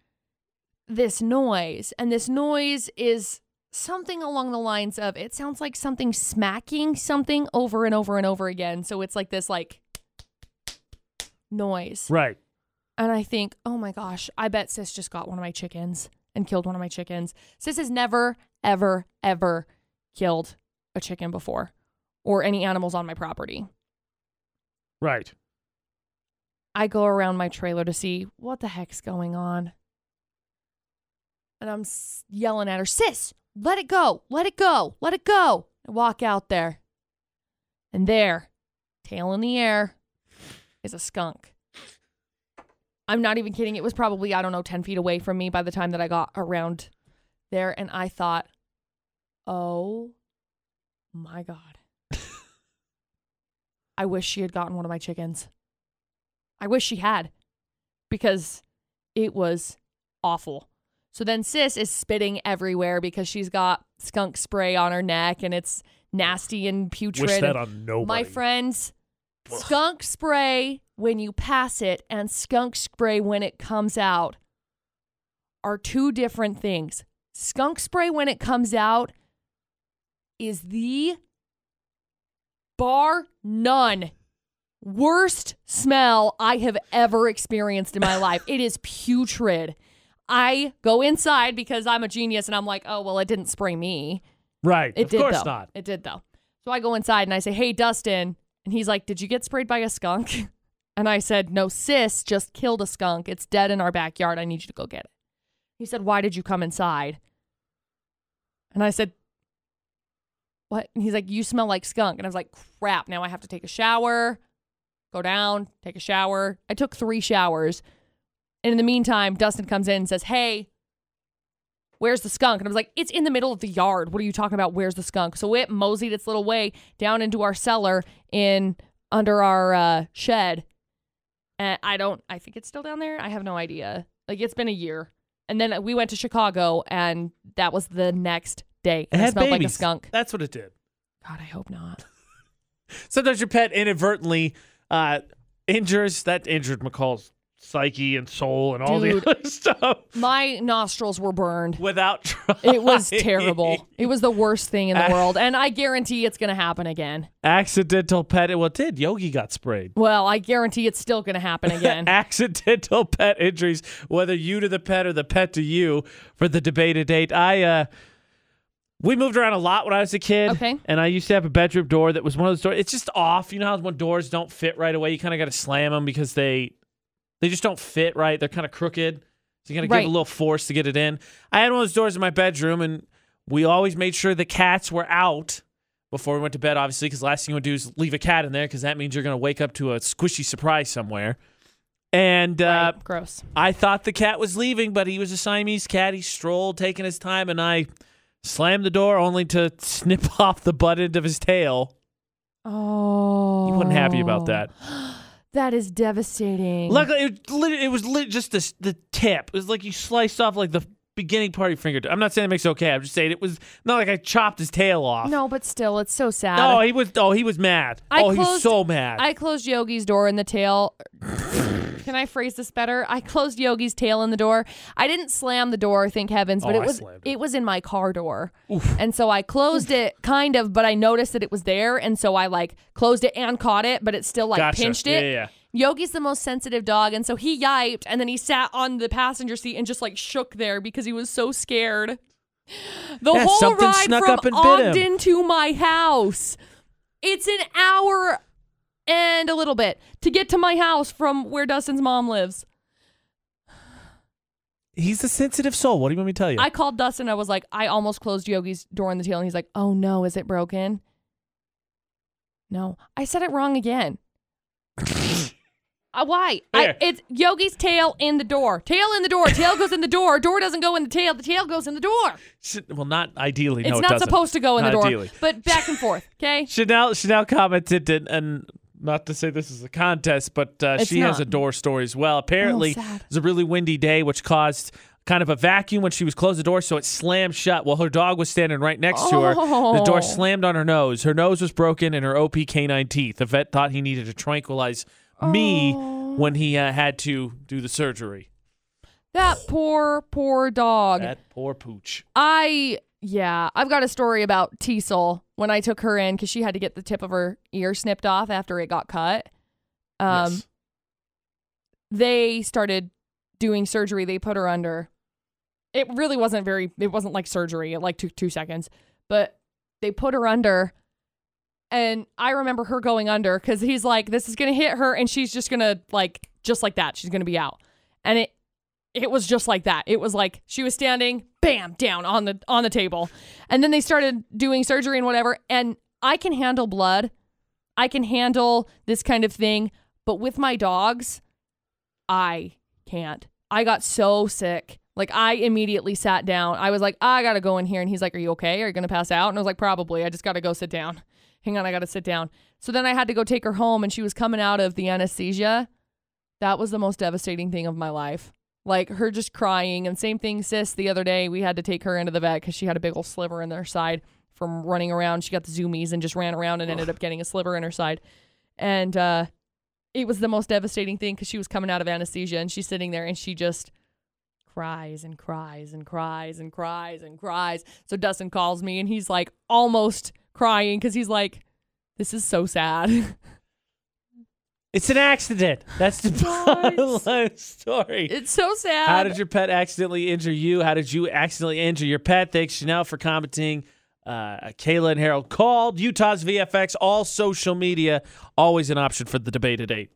S2: this noise, and this noise is something along the lines of it sounds like something smacking something over and over and over again. So it's like this like noise.
S1: Right.
S2: And I think, oh my gosh, I bet sis just got one of my chickens and killed one of my chickens. Sis has never, ever, ever killed a chicken before or any animals on my property.
S1: Right.
S2: I go around my trailer to see what the heck's going on. And I'm s- yelling at her, Sis, let it go, let it go, let it go. I walk out there. And there, tail in the air, is a skunk. I'm not even kidding. It was probably, I don't know, 10 feet away from me by the time that I got around there. And I thought, oh my God. I wish she had gotten one of my chickens. I wish she had because it was awful. So then Sis is spitting everywhere because she's got skunk spray on her neck and it's nasty and putrid. and-
S1: on nobody.
S2: my friends, skunk spray when you pass it and skunk spray when it comes out are two different things. skunk spray when it comes out is the bar none worst smell I have ever experienced in my life. It is putrid. I go inside because I'm a genius and I'm like, oh, well, it didn't spray me.
S1: Right.
S2: It
S1: of
S2: did,
S1: course
S2: though.
S1: not.
S2: It did, though. So I go inside and I say, hey, Dustin. And he's like, did you get sprayed by a skunk? And I said, no, sis just killed a skunk. It's dead in our backyard. I need you to go get it. He said, why did you come inside? And I said, what? And he's like, you smell like skunk. And I was like, crap, now I have to take a shower, go down, take a shower. I took three showers. And in the meantime, Dustin comes in and says, hey, where's the skunk? And I was like, it's in the middle of the yard. What are you talking about? Where's the skunk? So it moseyed its little way down into our cellar in under our uh, shed. And I don't, I think it's still down there. I have no idea. Like it's been a year. And then we went to Chicago, and that was the next day.
S1: It
S2: And I
S1: had
S2: smelled like a
S1: babies.
S2: skunk.
S1: That's what it did.
S2: God, I hope not.
S1: Sometimes your pet inadvertently uh, injures that injured McCall's psyche and soul and all
S2: Dude.
S1: the other stuff
S2: My nostrils were burned.
S1: without trying.
S2: It was terrible. It was the worst thing in the world, and I guarantee it's going to happen again.
S1: Accidental pet. Well, it did. Yogi got sprayed.
S2: Well, I guarantee it's still going to happen again.
S1: Accidental pet injuries, whether you to the pet or the pet to you, for the debate at eight. I uh, we moved around a lot when I was a kid,
S2: Okay.
S1: and I used to have a bedroom door that was one of those doors. It's just off. You know how when doors don't fit right away, you kind of got to slam them because they they just don't fit right. They're kind of crooked. So you got to
S2: Right.
S1: give a little force to get it in. I had one of those doors in my bedroom, and we always made sure the cats were out before we went to bed, obviously, because last thing you would do is leave a cat in there because that means you're going to wake up to a squishy surprise somewhere. And uh,
S2: Right, Gross.
S1: I thought the cat was leaving, but he was a Siamese cat. He strolled, taking his time, and I slammed the door only to snip off the butt end of his tail.
S2: Oh,
S1: He wasn't happy about that.
S2: That is devastating.
S1: Luckily, it, was lit- it was lit just the the tip. It was like you sliced off like the beginning part of your finger. I'm not saying it makes it okay. I'm just saying it was not like I chopped his tail off.
S2: no, but still, it's so sad.
S1: No, he was. Oh, he was mad.
S2: I
S1: oh, he was
S2: closed-
S1: so mad.
S2: I closed Yogi's door in the tail. Can I phrase this better? I closed Yogi's tail in the door. I didn't slam the door, thank heavens, but
S1: Oh,
S2: it
S1: I
S2: was
S1: slammed it.
S2: it was in my car door. And so I closed it kind of, but I noticed that it was there and so I like closed it and caught it, but it still like
S1: Gotcha.
S2: pinched
S1: Yeah,
S2: it.
S1: yeah, yeah.
S2: Yogi's the most sensitive dog and so he yiped and then he sat on the passenger seat and just like shook there because he was so scared. The
S1: Yeah,
S2: whole
S1: something
S2: ride
S1: snuck
S2: from
S1: up and bit him.
S2: Ogden to my house. It's an hour and a little bit to get to my house from where Dustin's mom lives.
S1: He's a sensitive soul. What do you want me to tell you?
S2: I called Dustin. I was like, I almost closed Yogi's door in the tail. And he's like, oh no, is it broken? No. I said it wrong again. Uh, why? I,
S1: Here.
S2: it's Yogi's tail in the door. Tail in the door. Tail goes in the door. Door doesn't go in the tail. The tail goes in the door.
S1: Sh- well, not ideally.
S2: it's
S1: no, it
S2: not
S1: doesn't.
S2: supposed to go in
S1: Not
S2: the door.
S1: ideally.
S2: But back and forth. Okay.
S1: Chanel Chanel commented and, and not to say this is a contest, but uh,
S2: It's
S1: she has
S2: not. Oh,
S1: a door story as well. Apparently,
S2: sad.
S1: it was a really windy day, which caused kind of a vacuum when she was closed the door, so it slammed shut. While her dog was standing right next to her, the
S2: Oh.
S1: door slammed on her nose. Her nose was broken, and her OP canine teeth. The vet thought he needed to tranquilize me
S2: Oh.
S1: when he uh, had to do the surgery.
S2: That poor, poor dog.
S1: That poor pooch.
S2: I yeah, I've got a story about Teasel when I took her in because she had to get the tip of her ear snipped off after it got cut. Um,
S1: yes.
S2: they started doing surgery. They put her under. It really wasn't very. It wasn't like surgery. It like took two seconds, but they put her under. And I remember her going under because he's like, "This is gonna hit her," and she's just gonna like, just like that, she's gonna be out. And it, it was just like that. It was like she was standing, bam, down on the on the table, and then they started doing surgery and whatever. And I can handle blood, I can handle this kind of thing, but with my dogs, I can't. I got so sick. Like I immediately sat down. I was like, I gotta go in here. And he's like, Are you okay? Are you gonna pass out? And I was like, Probably. I just gotta go sit down. Hang on, I gotta sit down. So then I had to go take her home and she was coming out of the anesthesia. That was the most devastating thing of my life. Like her just crying. And same thing, sis, the other day we had to take her into the vet because she had a big old sliver in her side from running around. She got the zoomies and just ran around and ended up getting a sliver in her side. And uh it was the most devastating thing because she was coming out of anesthesia and she's sitting there and she just cries and cries and cries and cries and cries. So Dustin calls me and he's like almost crying because he's like, this is so sad.
S1: It's an accident. That's the bottom
S2: Guys.
S1: line story.
S2: it's so sad.
S1: How did your pet accidentally injure you? How did you accidentally injure your pet? Thanks, Chanel, for commenting. Uh, Kayla and Harold called Utah's VFX. All social media, always an option for the debate at eight.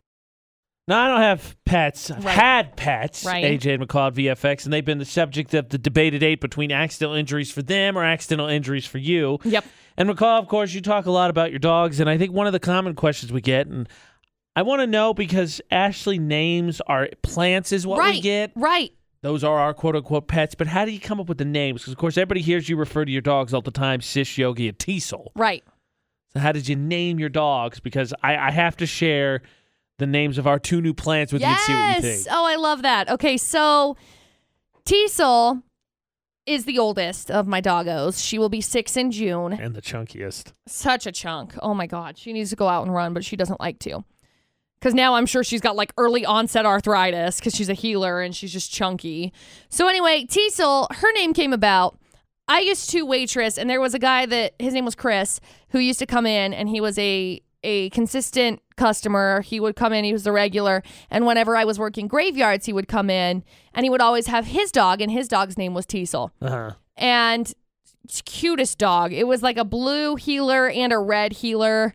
S1: Now, I don't have pets. I've
S2: Right.
S1: had pets,
S2: Right.
S1: AJ and McCall at VFX, and they've been the subject of the debate at eight between accidental injuries for them or accidental injuries for you.
S2: Yep.
S1: And McCall, of course, you talk a lot about your dogs, and I think one of the common questions we get, and I want to know because Ashley names our plants is what
S2: right.
S1: we get.
S2: Right.
S1: Those are our quote unquote pets, but how do you come up with the names? Because of course everybody hears you refer to your dogs all the time, Sis, Yogi, and Teasel.
S2: Right.
S1: So how did you name your dogs? Because I, I have to share the names of our two new plants with you and see what you think.
S2: Oh, I love that. Okay, so Teasel is the oldest of my doggos. She will be six in June.
S1: And the chunkiest.
S2: Such a chunk. Oh my God. She needs to go out and run, but she doesn't like to. Because now I'm sure she's got like early onset arthritis because she's a healer and she's just chunky. So, anyway, Teasel, her name came about. I used to waitress, and there was a guy that his name was Chris who used to come in, and he was a a consistent customer. He would come in, he was the regular, and whenever I was working graveyards, he would come in, and he would always have his dog, and his dog's name was Teasel
S1: Uh-huh.
S2: and cutest dog. It was like a blue healer and a red healer.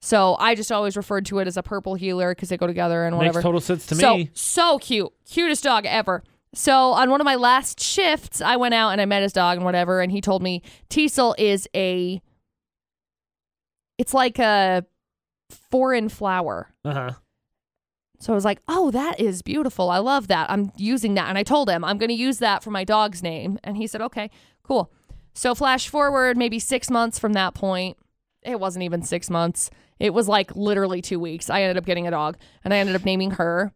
S2: So I just always referred to it as a purple healer because they go together and whatever.
S1: Makes total sense to
S2: so
S1: me.
S2: so cute, cutest dog ever. So on one of my last shifts, I went out and I met his dog and whatever, and he told me Teasel is a. It's like a foreign flower.
S1: Uh-huh.
S2: So I was like, oh, that is beautiful. I love that. I'm using that. And I told him, I'm going to use that for my dog's name. And he said, okay, cool. So flash forward maybe six months from that point. It wasn't even six months. It was like literally two weeks. I ended up getting a dog and I ended up naming her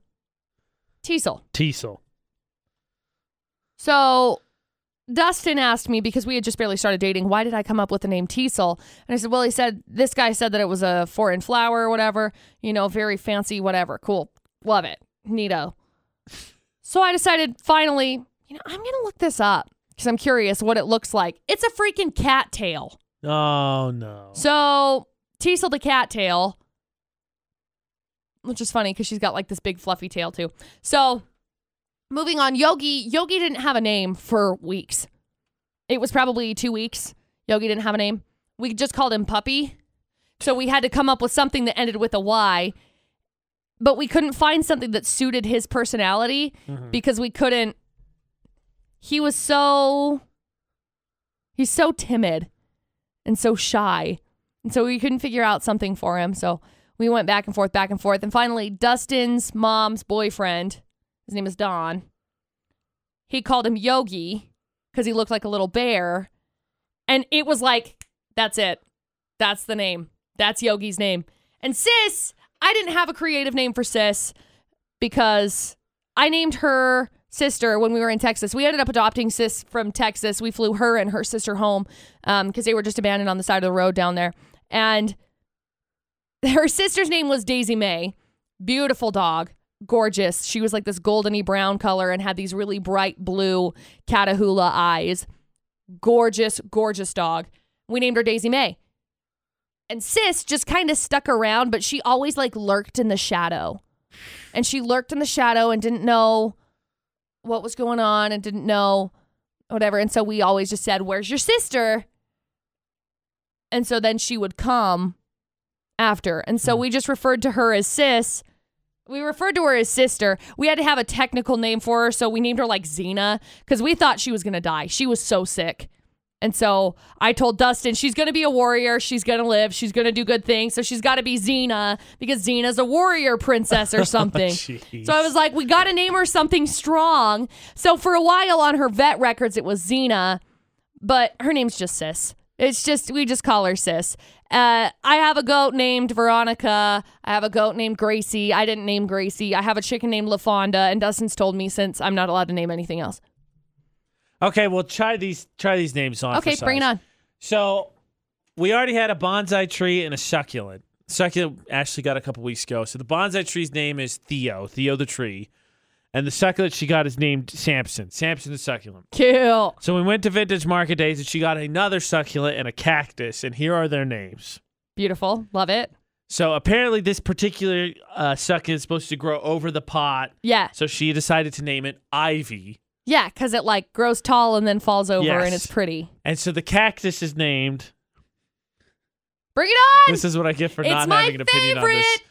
S2: Teasel.
S1: Teasel.
S2: So Dustin asked me because we had just barely started dating, why did I come up with the name Teasel? And I said, well, he said, this guy said that it was a foreign flower or whatever, you know, very fancy, whatever. Cool. Love it. Neato. So I decided finally, you know, I'm going to look this up because I'm curious what it looks like. It's a freaking cattail.
S1: Oh no.
S2: So Teasel the cattail, which is funny because she's got like this big fluffy tail too. So moving on, Yogi. Yogi didn't have a name for weeks. It was probably two weeks. Yogi didn't have a name. We just called him Puppy. So we had to come up with something that ended with a Y. But we couldn't find something that suited his personality because we couldn't. He was so. He's so timid and so shy. And so we couldn't figure out something for him. So we went back and forth, back and forth. And finally, Dustin's mom's boyfriend, his name is Don, he called him Yogi because he looked like a little bear. And it was like, that's it. That's the name. That's Yogi's name. And Sis, I didn't have a creative name for Sis because I named her sister when we were in Texas. We ended up adopting Sis from Texas. We flew her and her sister home because they were just abandoned on the side of the road down there. And her sister's name was Daisy May. Beautiful dog. Gorgeous. She was like this goldeny brown color and had these really bright blue Catahoula eyes. Gorgeous, gorgeous dog. We named her Daisy May. And Sis just kind of stuck around, but she always like lurked in the shadow. And she lurked in the shadow and didn't know what was going on and didn't know whatever. And so we always just said, Where's your sister? And so then she would come after. And so we just referred to her as sis. We referred to her as sister. We had to have a technical name for her. So we named her like Xena because we thought she was going to die. She was so sick. And so I told Dustin, she's going to be a warrior. She's going to live. She's going to do good things. So she's got to be Xena because Xena's a warrior princess or something.
S1: Jeez.
S2: So I was like, we got to name her something strong. So for a while on her vet records, it was Xena, but her name's just Sis. It's just, we just call her Sis. Uh, I have a goat named Veronica. I have a goat named Gracie. I didn't name Gracie. I have a chicken named LaFonda. And Dustin's told me since I'm not allowed to name anything else.
S1: Okay, well try these try these names on.
S2: Okay,
S1: for
S2: bring it
S1: size.
S2: on.
S1: So we already had a bonsai tree and a succulent. Succulent Ashley got a couple weeks ago. So the bonsai tree's name is Theo, Theo the tree. and the succulent she got is named Samson. Samson the succulent.
S2: Cute.
S1: So we went to Vintage Market Days and she got another succulent and a cactus, and here are their names.
S2: Beautiful. Love it.
S1: So apparently, this particular uh, succulent is supposed to grow over the pot.
S2: Yeah.
S1: So she decided to name it Ivy.
S2: Yeah, because it like grows tall and then falls over
S1: Yes.
S2: and it's pretty.
S1: And so the cactus is named.
S2: Bring it on.
S1: This is what I get for
S2: It's
S1: not
S2: my
S1: having an opinion on this.
S2: favorite.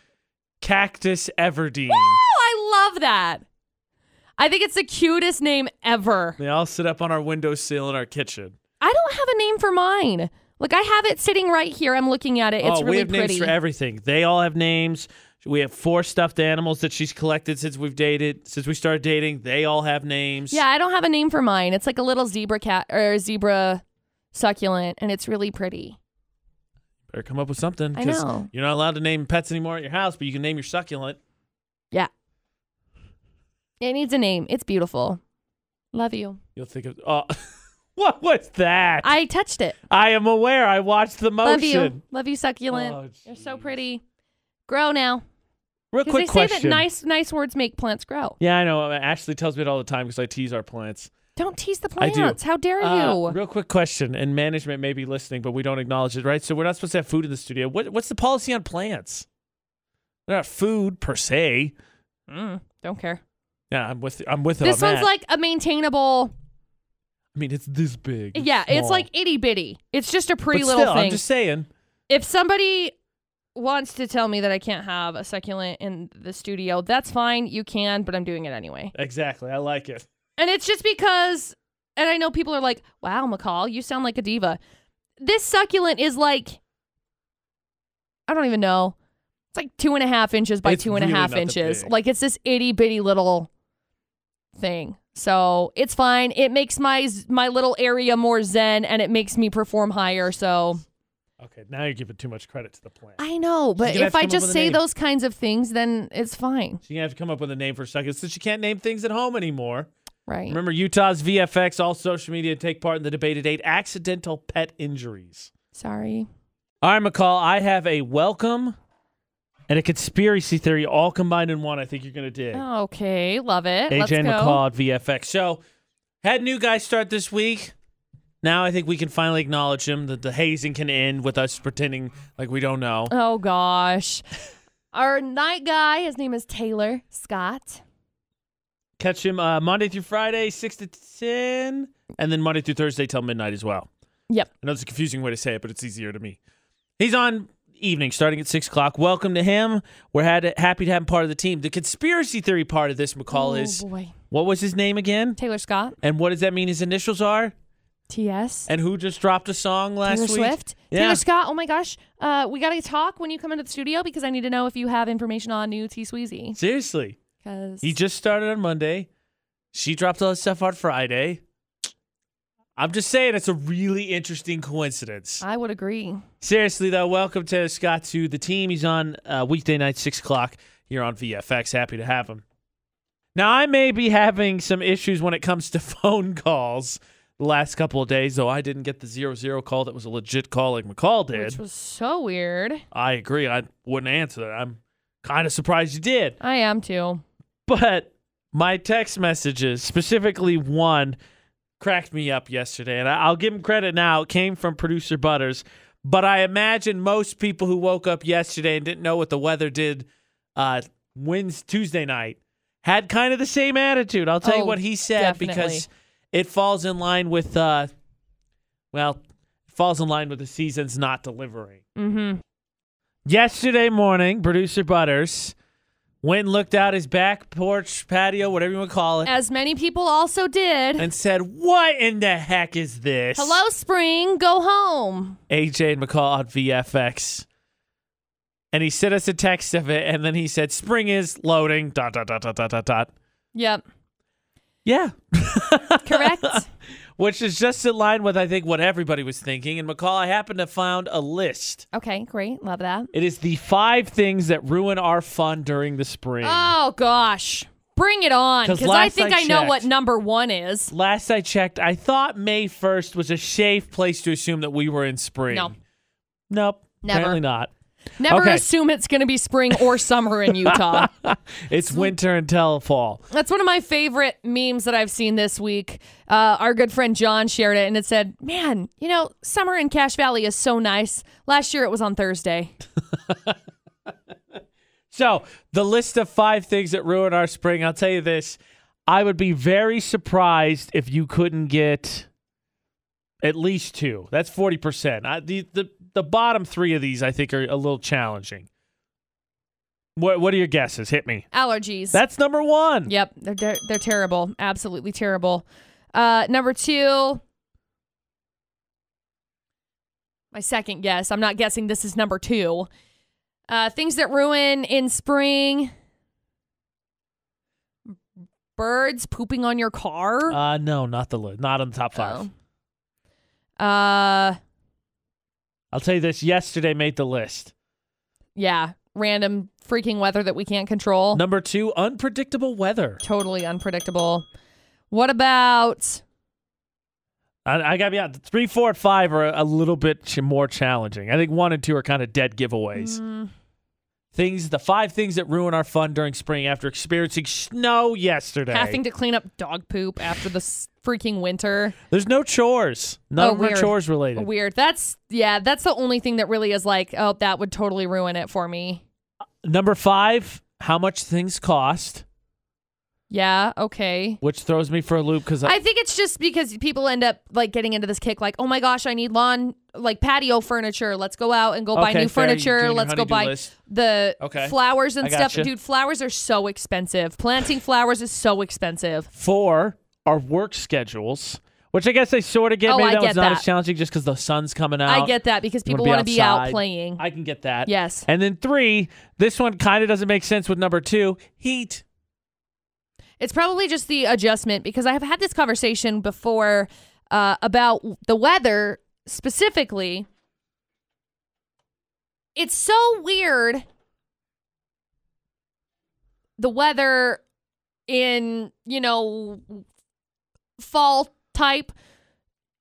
S1: Cactus Everdeen.
S2: Oh, I love that. I think it's the cutest name ever.
S1: They all sit up on our windowsill in our kitchen.
S2: I don't have a name for mine. Like I have it sitting right here. I'm looking at it. It's
S1: oh,
S2: really
S1: we have
S2: pretty.
S1: names for everything. They all have names. We have four stuffed animals that she's collected since we've dated, since we started dating. They all have names.
S2: yeah, I don't have a name for mine. It's like a little zebra cat or zebra succulent, and it's really pretty.
S1: Better come up with something
S2: I
S1: because
S2: know.
S1: you're not allowed to name pets anymore at your house, but you can name your succulent.
S2: Yeah. It needs a name. It's beautiful. Love you.
S1: You'll think of oh, what was that?
S2: I touched it.
S1: I am aware. I watched the motion.
S2: Love you. Love you, succulent.
S1: Oh,
S2: You're so pretty. Grow now.
S1: Real
S2: Because
S1: quick
S2: they
S1: question.
S2: say that nice nice words make plants grow.
S1: yeah, I know. Ashley tells me it all the time because I tease our plants.
S2: Don't tease the
S1: I do.
S2: plants. How dare
S1: Uh,
S2: you?
S1: real quick question, and management may be listening, but we don't acknowledge it, right? So we're not supposed to have food in the studio. What, what's the policy on plants? They're not food per se.
S2: Mm, don't care.
S1: Yeah, I'm with I'm with
S2: This
S1: on
S2: one's
S1: that.
S2: like a maintainable.
S1: I mean, it's this big.
S2: Yeah, it's
S1: small.
S2: like itty bitty. It's just a
S1: but
S2: pretty
S1: still,
S2: little thing.
S1: I'm just saying.
S2: if somebody wants to tell me that I can't have a succulent in the studio, that's fine. You can, but I'm doing it anyway.
S1: Exactly, I like it.
S2: And it's just because, and I know people are like, wow, McCall, you sound like a diva. This succulent is like, I don't even know. It's like two and a half inches by
S1: It's
S2: two and a
S1: really
S2: half
S1: not that
S2: inches.
S1: big.
S2: Like it's this itty bitty little thing. So it's fine. It makes my my little area more zen, and it makes me perform higher. So
S1: Okay, now you're giving too much credit to the plant.
S2: I know,
S1: She's
S2: but
S1: gonna have
S2: if
S1: to
S2: I
S1: come up with
S2: just
S1: a
S2: say
S1: name.
S2: those kinds of things, then it's fine,
S1: She's gonna have to come up with a name for a second since she can't name things at home anymore.
S2: right?
S1: Remember, Utah's VFX, all social media take part in the debate at eight accidental pet injuries.
S2: Sorry.
S1: All right, McCall, I have a welcome and a conspiracy theory all combined in one. I think you're gonna dig.
S2: Okay, love it. Oh, Let's go.
S1: AJ McCall at VFX. So, had new guys start this week. Now I think we can finally acknowledge him that the hazing can end with us pretending like we don't know.
S2: Oh gosh. Our night guy, his name is Taylor Scott.
S1: Catch him uh, Monday through Friday, 6 to 10, and then Monday through Thursday till midnight as well.
S2: Yep.
S1: I know it's a confusing way to say it, but it's easier to me. He's on evening starting at 6 o'clock. Welcome to him. We're had, happy to have him part of the team. The conspiracy theory part of this, McCall,
S2: oh
S1: is
S2: boy.
S1: what was his name again?
S2: Taylor Scott.
S1: And what does that mean his initials are?
S2: TS.
S1: And who just dropped a song last
S2: Taylor
S1: week?
S2: Swift.
S1: Yeah.
S2: Taylor Scott. Oh my gosh. Uh, we gotta talk when you come into the studio because I need to know if you have information on new T Sweezy.
S1: Seriously.
S2: Because
S1: He just started on Monday. She dropped all his stuff on Friday. I'm just saying it's a really interesting coincidence.
S2: I would agree.
S1: Seriously though, welcome Taylor Scott to the team. He's on uh, weekday night six o'clock here on VFX. Happy to have him. Now I may be having some issues when it comes to phone calls the last couple of days, though I didn't get the zero zero call that was a legit call like McCall did.
S2: Which was so weird.
S1: I agree. I wouldn't answer that. I'm kind of surprised you did.
S2: I am too.
S1: But my text messages, specifically one, cracked me up yesterday. And I- I'll give him credit now. It came from producer Butters. But I imagine most people who woke up yesterday and didn't know what the weather did uh, Wednesday, Tuesday night had kind of the same attitude. I'll tell you
S2: Oh,
S1: what he said because
S2: definitely.
S1: it falls in line with, uh, well, it falls in line with the season's not delivering.
S2: Mm-hmm.
S1: Yesterday morning, producer Butters went and looked out his back porch, patio, whatever you want to call it,
S2: As many people also did.
S1: and said, What in the heck is this?
S2: Hello, spring. Go home.
S1: AJ and McCall on VFX. And he sent us a text of it, and then he said, Spring is loading, dot, dot, dot, dot, dot, dot, dot.
S2: Yep.
S1: Yeah.
S2: Correct.
S1: Which is just in line with, I think, what everybody was thinking. And McCall, I happened to found a list.
S2: okay. Great. Love that.
S1: It is the five things that ruin our fun during the spring.
S2: Oh gosh. Bring it on.
S1: 'Cause
S2: Because I
S1: last
S2: think
S1: I
S2: I, know what
S1: checked-
S2: number one is.
S1: Last I checked, I thought May 1st was a safe place to assume that we were in spring.
S2: No.
S1: Nope.
S2: Never.
S1: Apparently not.
S2: Never
S1: Okay.
S2: assume it's going to be spring or summer in Utah.
S1: It's
S2: Hmm.
S1: winter until fall.
S2: That's one of my favorite memes that I've seen this week. Uh, our good friend John shared it and it said, Man, you know, summer in Cache Valley is so nice. Last year it was on Thursday.
S1: So, the list of five things that ruin our spring, I'll tell you this. I would be very surprised if you couldn't get at least two. That's 40%. I, the, the, the bottom three of these, I think, are a little challenging. What, what are your guesses? Hit me.
S2: Allergies.
S1: That's number one.
S2: yep, they're, they're, they're terrible. Absolutely terrible. Uh, number two, my second guess. I'm not guessing this is number two. Uh, things that ruin in spring. Birds pooping on your car.
S1: Uh, no, not the list. Not on the top five.
S2: Oh. Uh,
S1: I'll tell you this. Yesterday made the list.
S2: yeah, random freaking weather that we can't control.
S1: Number two, unpredictable weather.
S2: Totally unpredictable. What about?
S1: I, I gotta be honest. Three, four, and five are a, a little bit ch- more challenging. I think one and two are kind of dead giveaways.
S2: Mm,
S1: Things, the five things that ruin our fun during spring after experiencing snow yesterday.
S2: having to clean up dog poop after the s- freaking winter.
S1: There's no chores. None
S2: Oh,
S1: of them are
S2: weird.
S1: chores related.
S2: Weird. That's yeah. That's the only thing that really is like, oh, that would totally ruin it for me.
S1: Number five, how much things cost,
S2: Yeah. Okay.
S1: which throws me for a loop because
S2: I think it's just because people end up like getting into this kick, like, oh my gosh, I need lawn, like patio furniture. Let's go out and go buy
S1: Okay,
S2: new
S1: fair. You're doing
S2: furniture.
S1: your
S2: Let's go
S1: honey-do
S2: buy
S1: list.
S2: the
S1: Okay.
S2: flowers and
S1: I
S2: stuff.
S1: gotcha.
S2: Dude, flowers are so expensive. Planting flowers is so expensive.
S1: four are work schedules, which I guess I sort of get.
S2: Oh,
S1: Maybe
S2: I
S1: that
S2: get
S1: one's not
S2: that.
S1: as challenging just because the sun's coming out.
S2: I get that because
S1: You wanna
S2: people want to be out
S1: outside.
S2: playing.
S1: I can get that.
S2: yes.
S1: And then three, this one kind of doesn't make sense with number two heat.
S2: It's probably just the adjustment because I have had this conversation before uh, about w- the weather specifically. It's so weird the weather in, you know, fall type.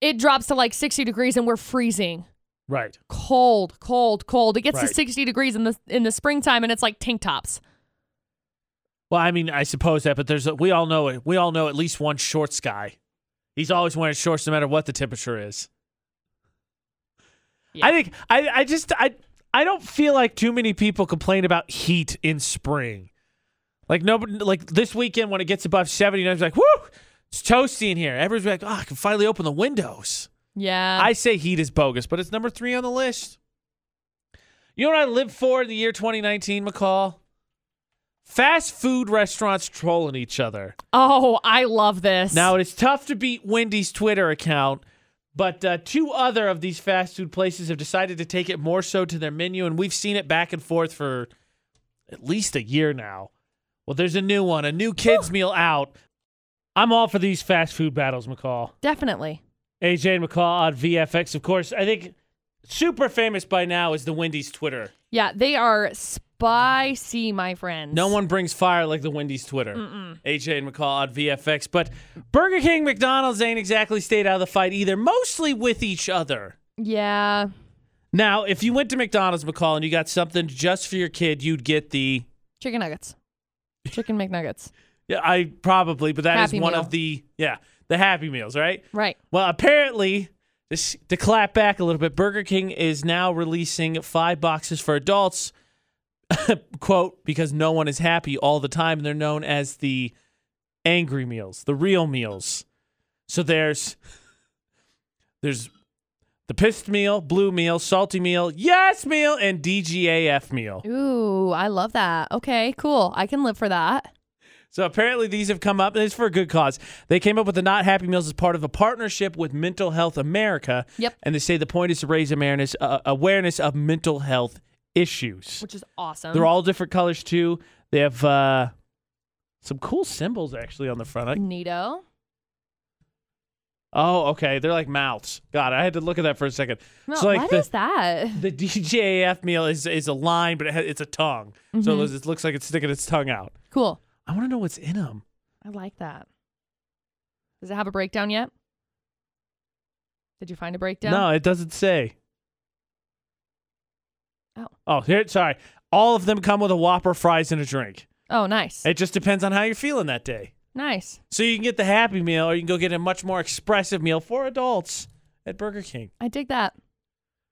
S2: It drops to like 60 degrees and we're freezing.
S1: Right.
S2: Cold, cold, cold. It gets to
S1: Right.
S2: 60 degrees in the in the springtime and it's like tank tops.
S1: Well, I mean, I suppose that, but there's a, we all know it. We all know at least one shorts guy. He's always wearing shorts no matter what the temperature is.
S2: Yeah.
S1: I think I I just I I don't feel like too many people complain about heat in spring. Like nobody like this weekend when it gets above 70, and I was like, "Woo! It's toasty in here." Everyone's like, "Oh, I can finally open the windows."
S2: Yeah.
S1: I say heat is bogus, but it's number three on the list. You know what I live for in the year 2019, McCall? Fast food restaurants trolling each other.
S2: oh, I love this.
S1: Now, it is tough to beat Wendy's Twitter account, but uh, two other of these fast food places have decided to take it more so to their menu, and we've seen it back and forth for at least a year now. Well, there's a new one, a new kids' meal out. I'm all for these fast food battles, McCall.
S2: Definitely.
S1: AJ and McCall on VFX. Of course, I think super famous by now is the Wendy's Twitter.
S2: Yeah, they are spicy, my friends.
S1: No one brings fire like the Wendy's Twitter. AJ and McCall on VFX. But Burger King, McDonald's ain't exactly stayed out of the fight either, mostly with each other.
S2: Yeah.
S1: Now, if you went to McDonald's, McCall, and you got something just for your kid, you'd get the.
S2: Chicken nuggets. Chicken McNuggets.
S1: Yeah, I probably, but that is
S2: Happy
S1: one
S2: Meal.
S1: of the. Yeah, the Happy Meals, right?
S2: Right.
S1: Well, apparently, this, to clap back a little bit, Burger King is now releasing five boxes for adults, quote, because no one is happy all the time. They're known as the angry meals, the real meals. So there's there's the pissed meal, blue meal, salty meal, yes meal, and DGAF meal.
S2: Ooh, I love that. Okay, cool. I can live for that.
S1: So apparently these have come up, and it's for a good cause. They came up with the Not Happy Meals as part of a partnership with Mental Health America.
S2: Yep.
S1: And they say the point is to raise awareness uh, awareness of mental health issues.
S2: Which is awesome.
S1: They're all different colors too. They have uh, some cool symbols actually on the front. I-
S2: Neato.
S1: oh, okay. They're like mouths. God, I had to look at that for a second.
S2: No,
S1: So, like,
S2: what
S1: the-
S2: is that?
S1: The DJAF meal is is a line, but it ha- it's a tongue,
S2: Mm-hmm.
S1: so it looks like it's sticking its tongue out.
S2: Cool.
S1: I want to know what's in them.
S2: I like that. Does it have a breakdown yet? Did you find a breakdown?
S1: No, it doesn't say.
S2: Oh.
S1: Oh, here, sorry. All of them come with a Whopper, fries, and a drink.
S2: Oh, nice.
S1: It just depends on how you're feeling that day.
S2: Nice.
S1: So you can get the Happy Meal, or you can go get a much more expressive meal for adults at Burger King.
S2: I dig that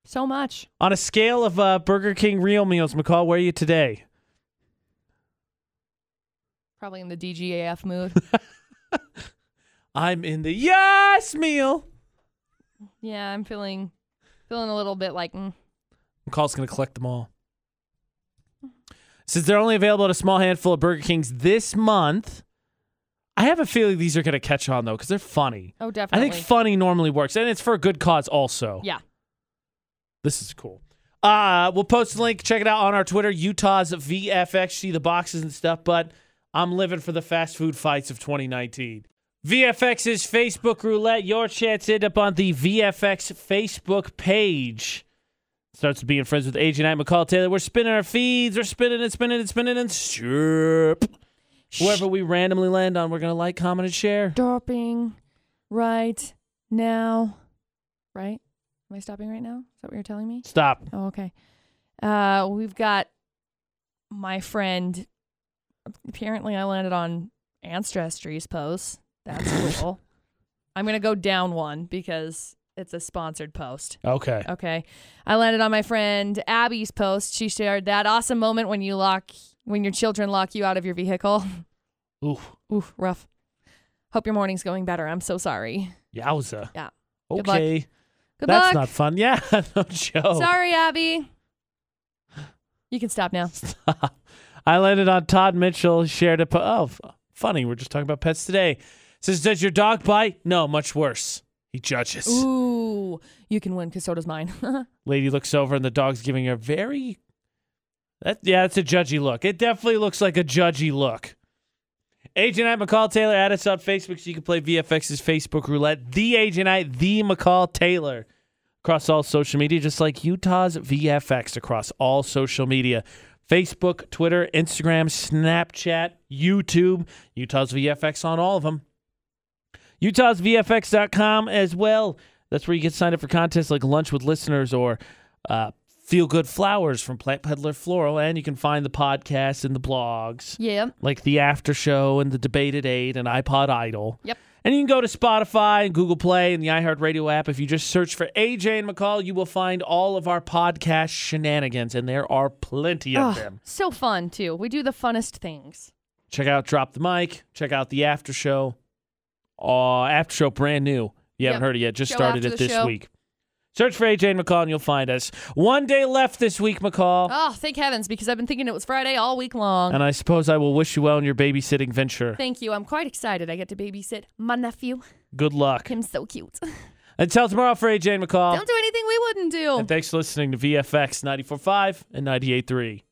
S2: so much.
S1: On a scale of uh, Burger King real meals, McCall, where are you today?
S2: Probably in the DGAF mood.
S1: I'm in the yes meal.
S2: yeah, I'm feeling feeling a little bit like mm.
S1: McCall's going to collect them all. Since they're only available at a small handful of Burger Kings this month, I have a feeling these are going to catch on, though, because they're funny.
S2: oh,
S1: I
S2: definitely.
S1: think funny normally works, and it's for a good cause also.
S2: yeah.
S1: This is cool. Uh, we'll post the link. Check it out on our Twitter, Utah's VFX. See the boxes and stuff, but I'm living for the fast food fights of 2019. VFX's Facebook roulette. Your chance to end up on the VFX Facebook page. Starts with being friends with AJ Knight, McCall Taylor. We're spinning our feeds. We're spinning and spinning and spinning and sherp. Whoever we randomly land on, we're going to like, comment, and share.
S2: Stopping right now. Right? Am I stopping right now? Is that what you're telling me?
S1: Stop.
S2: Oh, okay. Uh, we've got my friend. Apparently, I landed on Ancestry's post. That's cool. I'm gonna go down one because it's a sponsored post.
S1: Okay.
S2: Okay. I landed on my friend Abby's post. She shared that awesome moment when you lock when your children lock you out of your vehicle. Uh,
S1: Ooh,
S2: Oof, rough. Hope your morning's going better. I'm so sorry.
S1: yowza.
S2: Yeah. Good luck.
S1: Okay.
S2: Good
S1: That's
S2: luck.
S1: not oh. fun. Yeah, no joke.
S2: Sorry, Abby. You can stop now.
S1: I landed on Todd Mitchell. Shared a po- oh, f- funny. We're just talking about pets today. Says, does your dog bite? No, much worse. He judges.
S2: Ooh, you can win because so does mine.
S1: Lady looks over and the dog's giving her very. That yeah, it's a judgy look. It definitely looks like a judgy look. Agent I McCall Taylor, add us on Facebook so you can play VFX's Facebook roulette. The Agent I, the McCall Taylor, across all social media, just like Utah's VFX across all social media. Facebook, Twitter, Instagram, Snapchat, YouTube, Utah's VFX on all of them. UtahsVFX.com as well. That's where you get signed up for contests like Lunch with Listeners or uh, Feel Good Flowers from Plant Peddler Floral. And you can find the podcast and the blogs
S2: yeah.
S1: like the after show and the debate at 8 and iPod Idol.
S2: Yep.
S1: And you can go to Spotify and Google Play and the iHeartRadio app. If you just search for AJ and McCall, you will find all of our podcast shenanigans, and there are plenty of
S2: Ugh,
S1: them.
S2: so fun too. We do the funnest things.
S1: Check out Drop the Mic. Check out the after show. Uh, after show, brand new. You haven't
S2: Yep.
S1: heard it yet. Just
S2: Show
S1: started
S2: after
S1: it
S2: the
S1: this
S2: show.
S1: week. Search for AJ and McCall, and you'll find us. One day left this week, McCall.
S2: Oh, thank heavens because I've been thinking it was Friday all week long.
S1: And I suppose I will wish you well in your babysitting venture.
S2: Oh. Thank you. I'm quite excited. I get to babysit my nephew.
S1: Good luck.
S2: Him's so cute.
S1: Until tomorrow for AJ and McCall.
S2: Don't do anything we wouldn't do.
S1: And thanks for listening to VFX 94.5 and 98.3.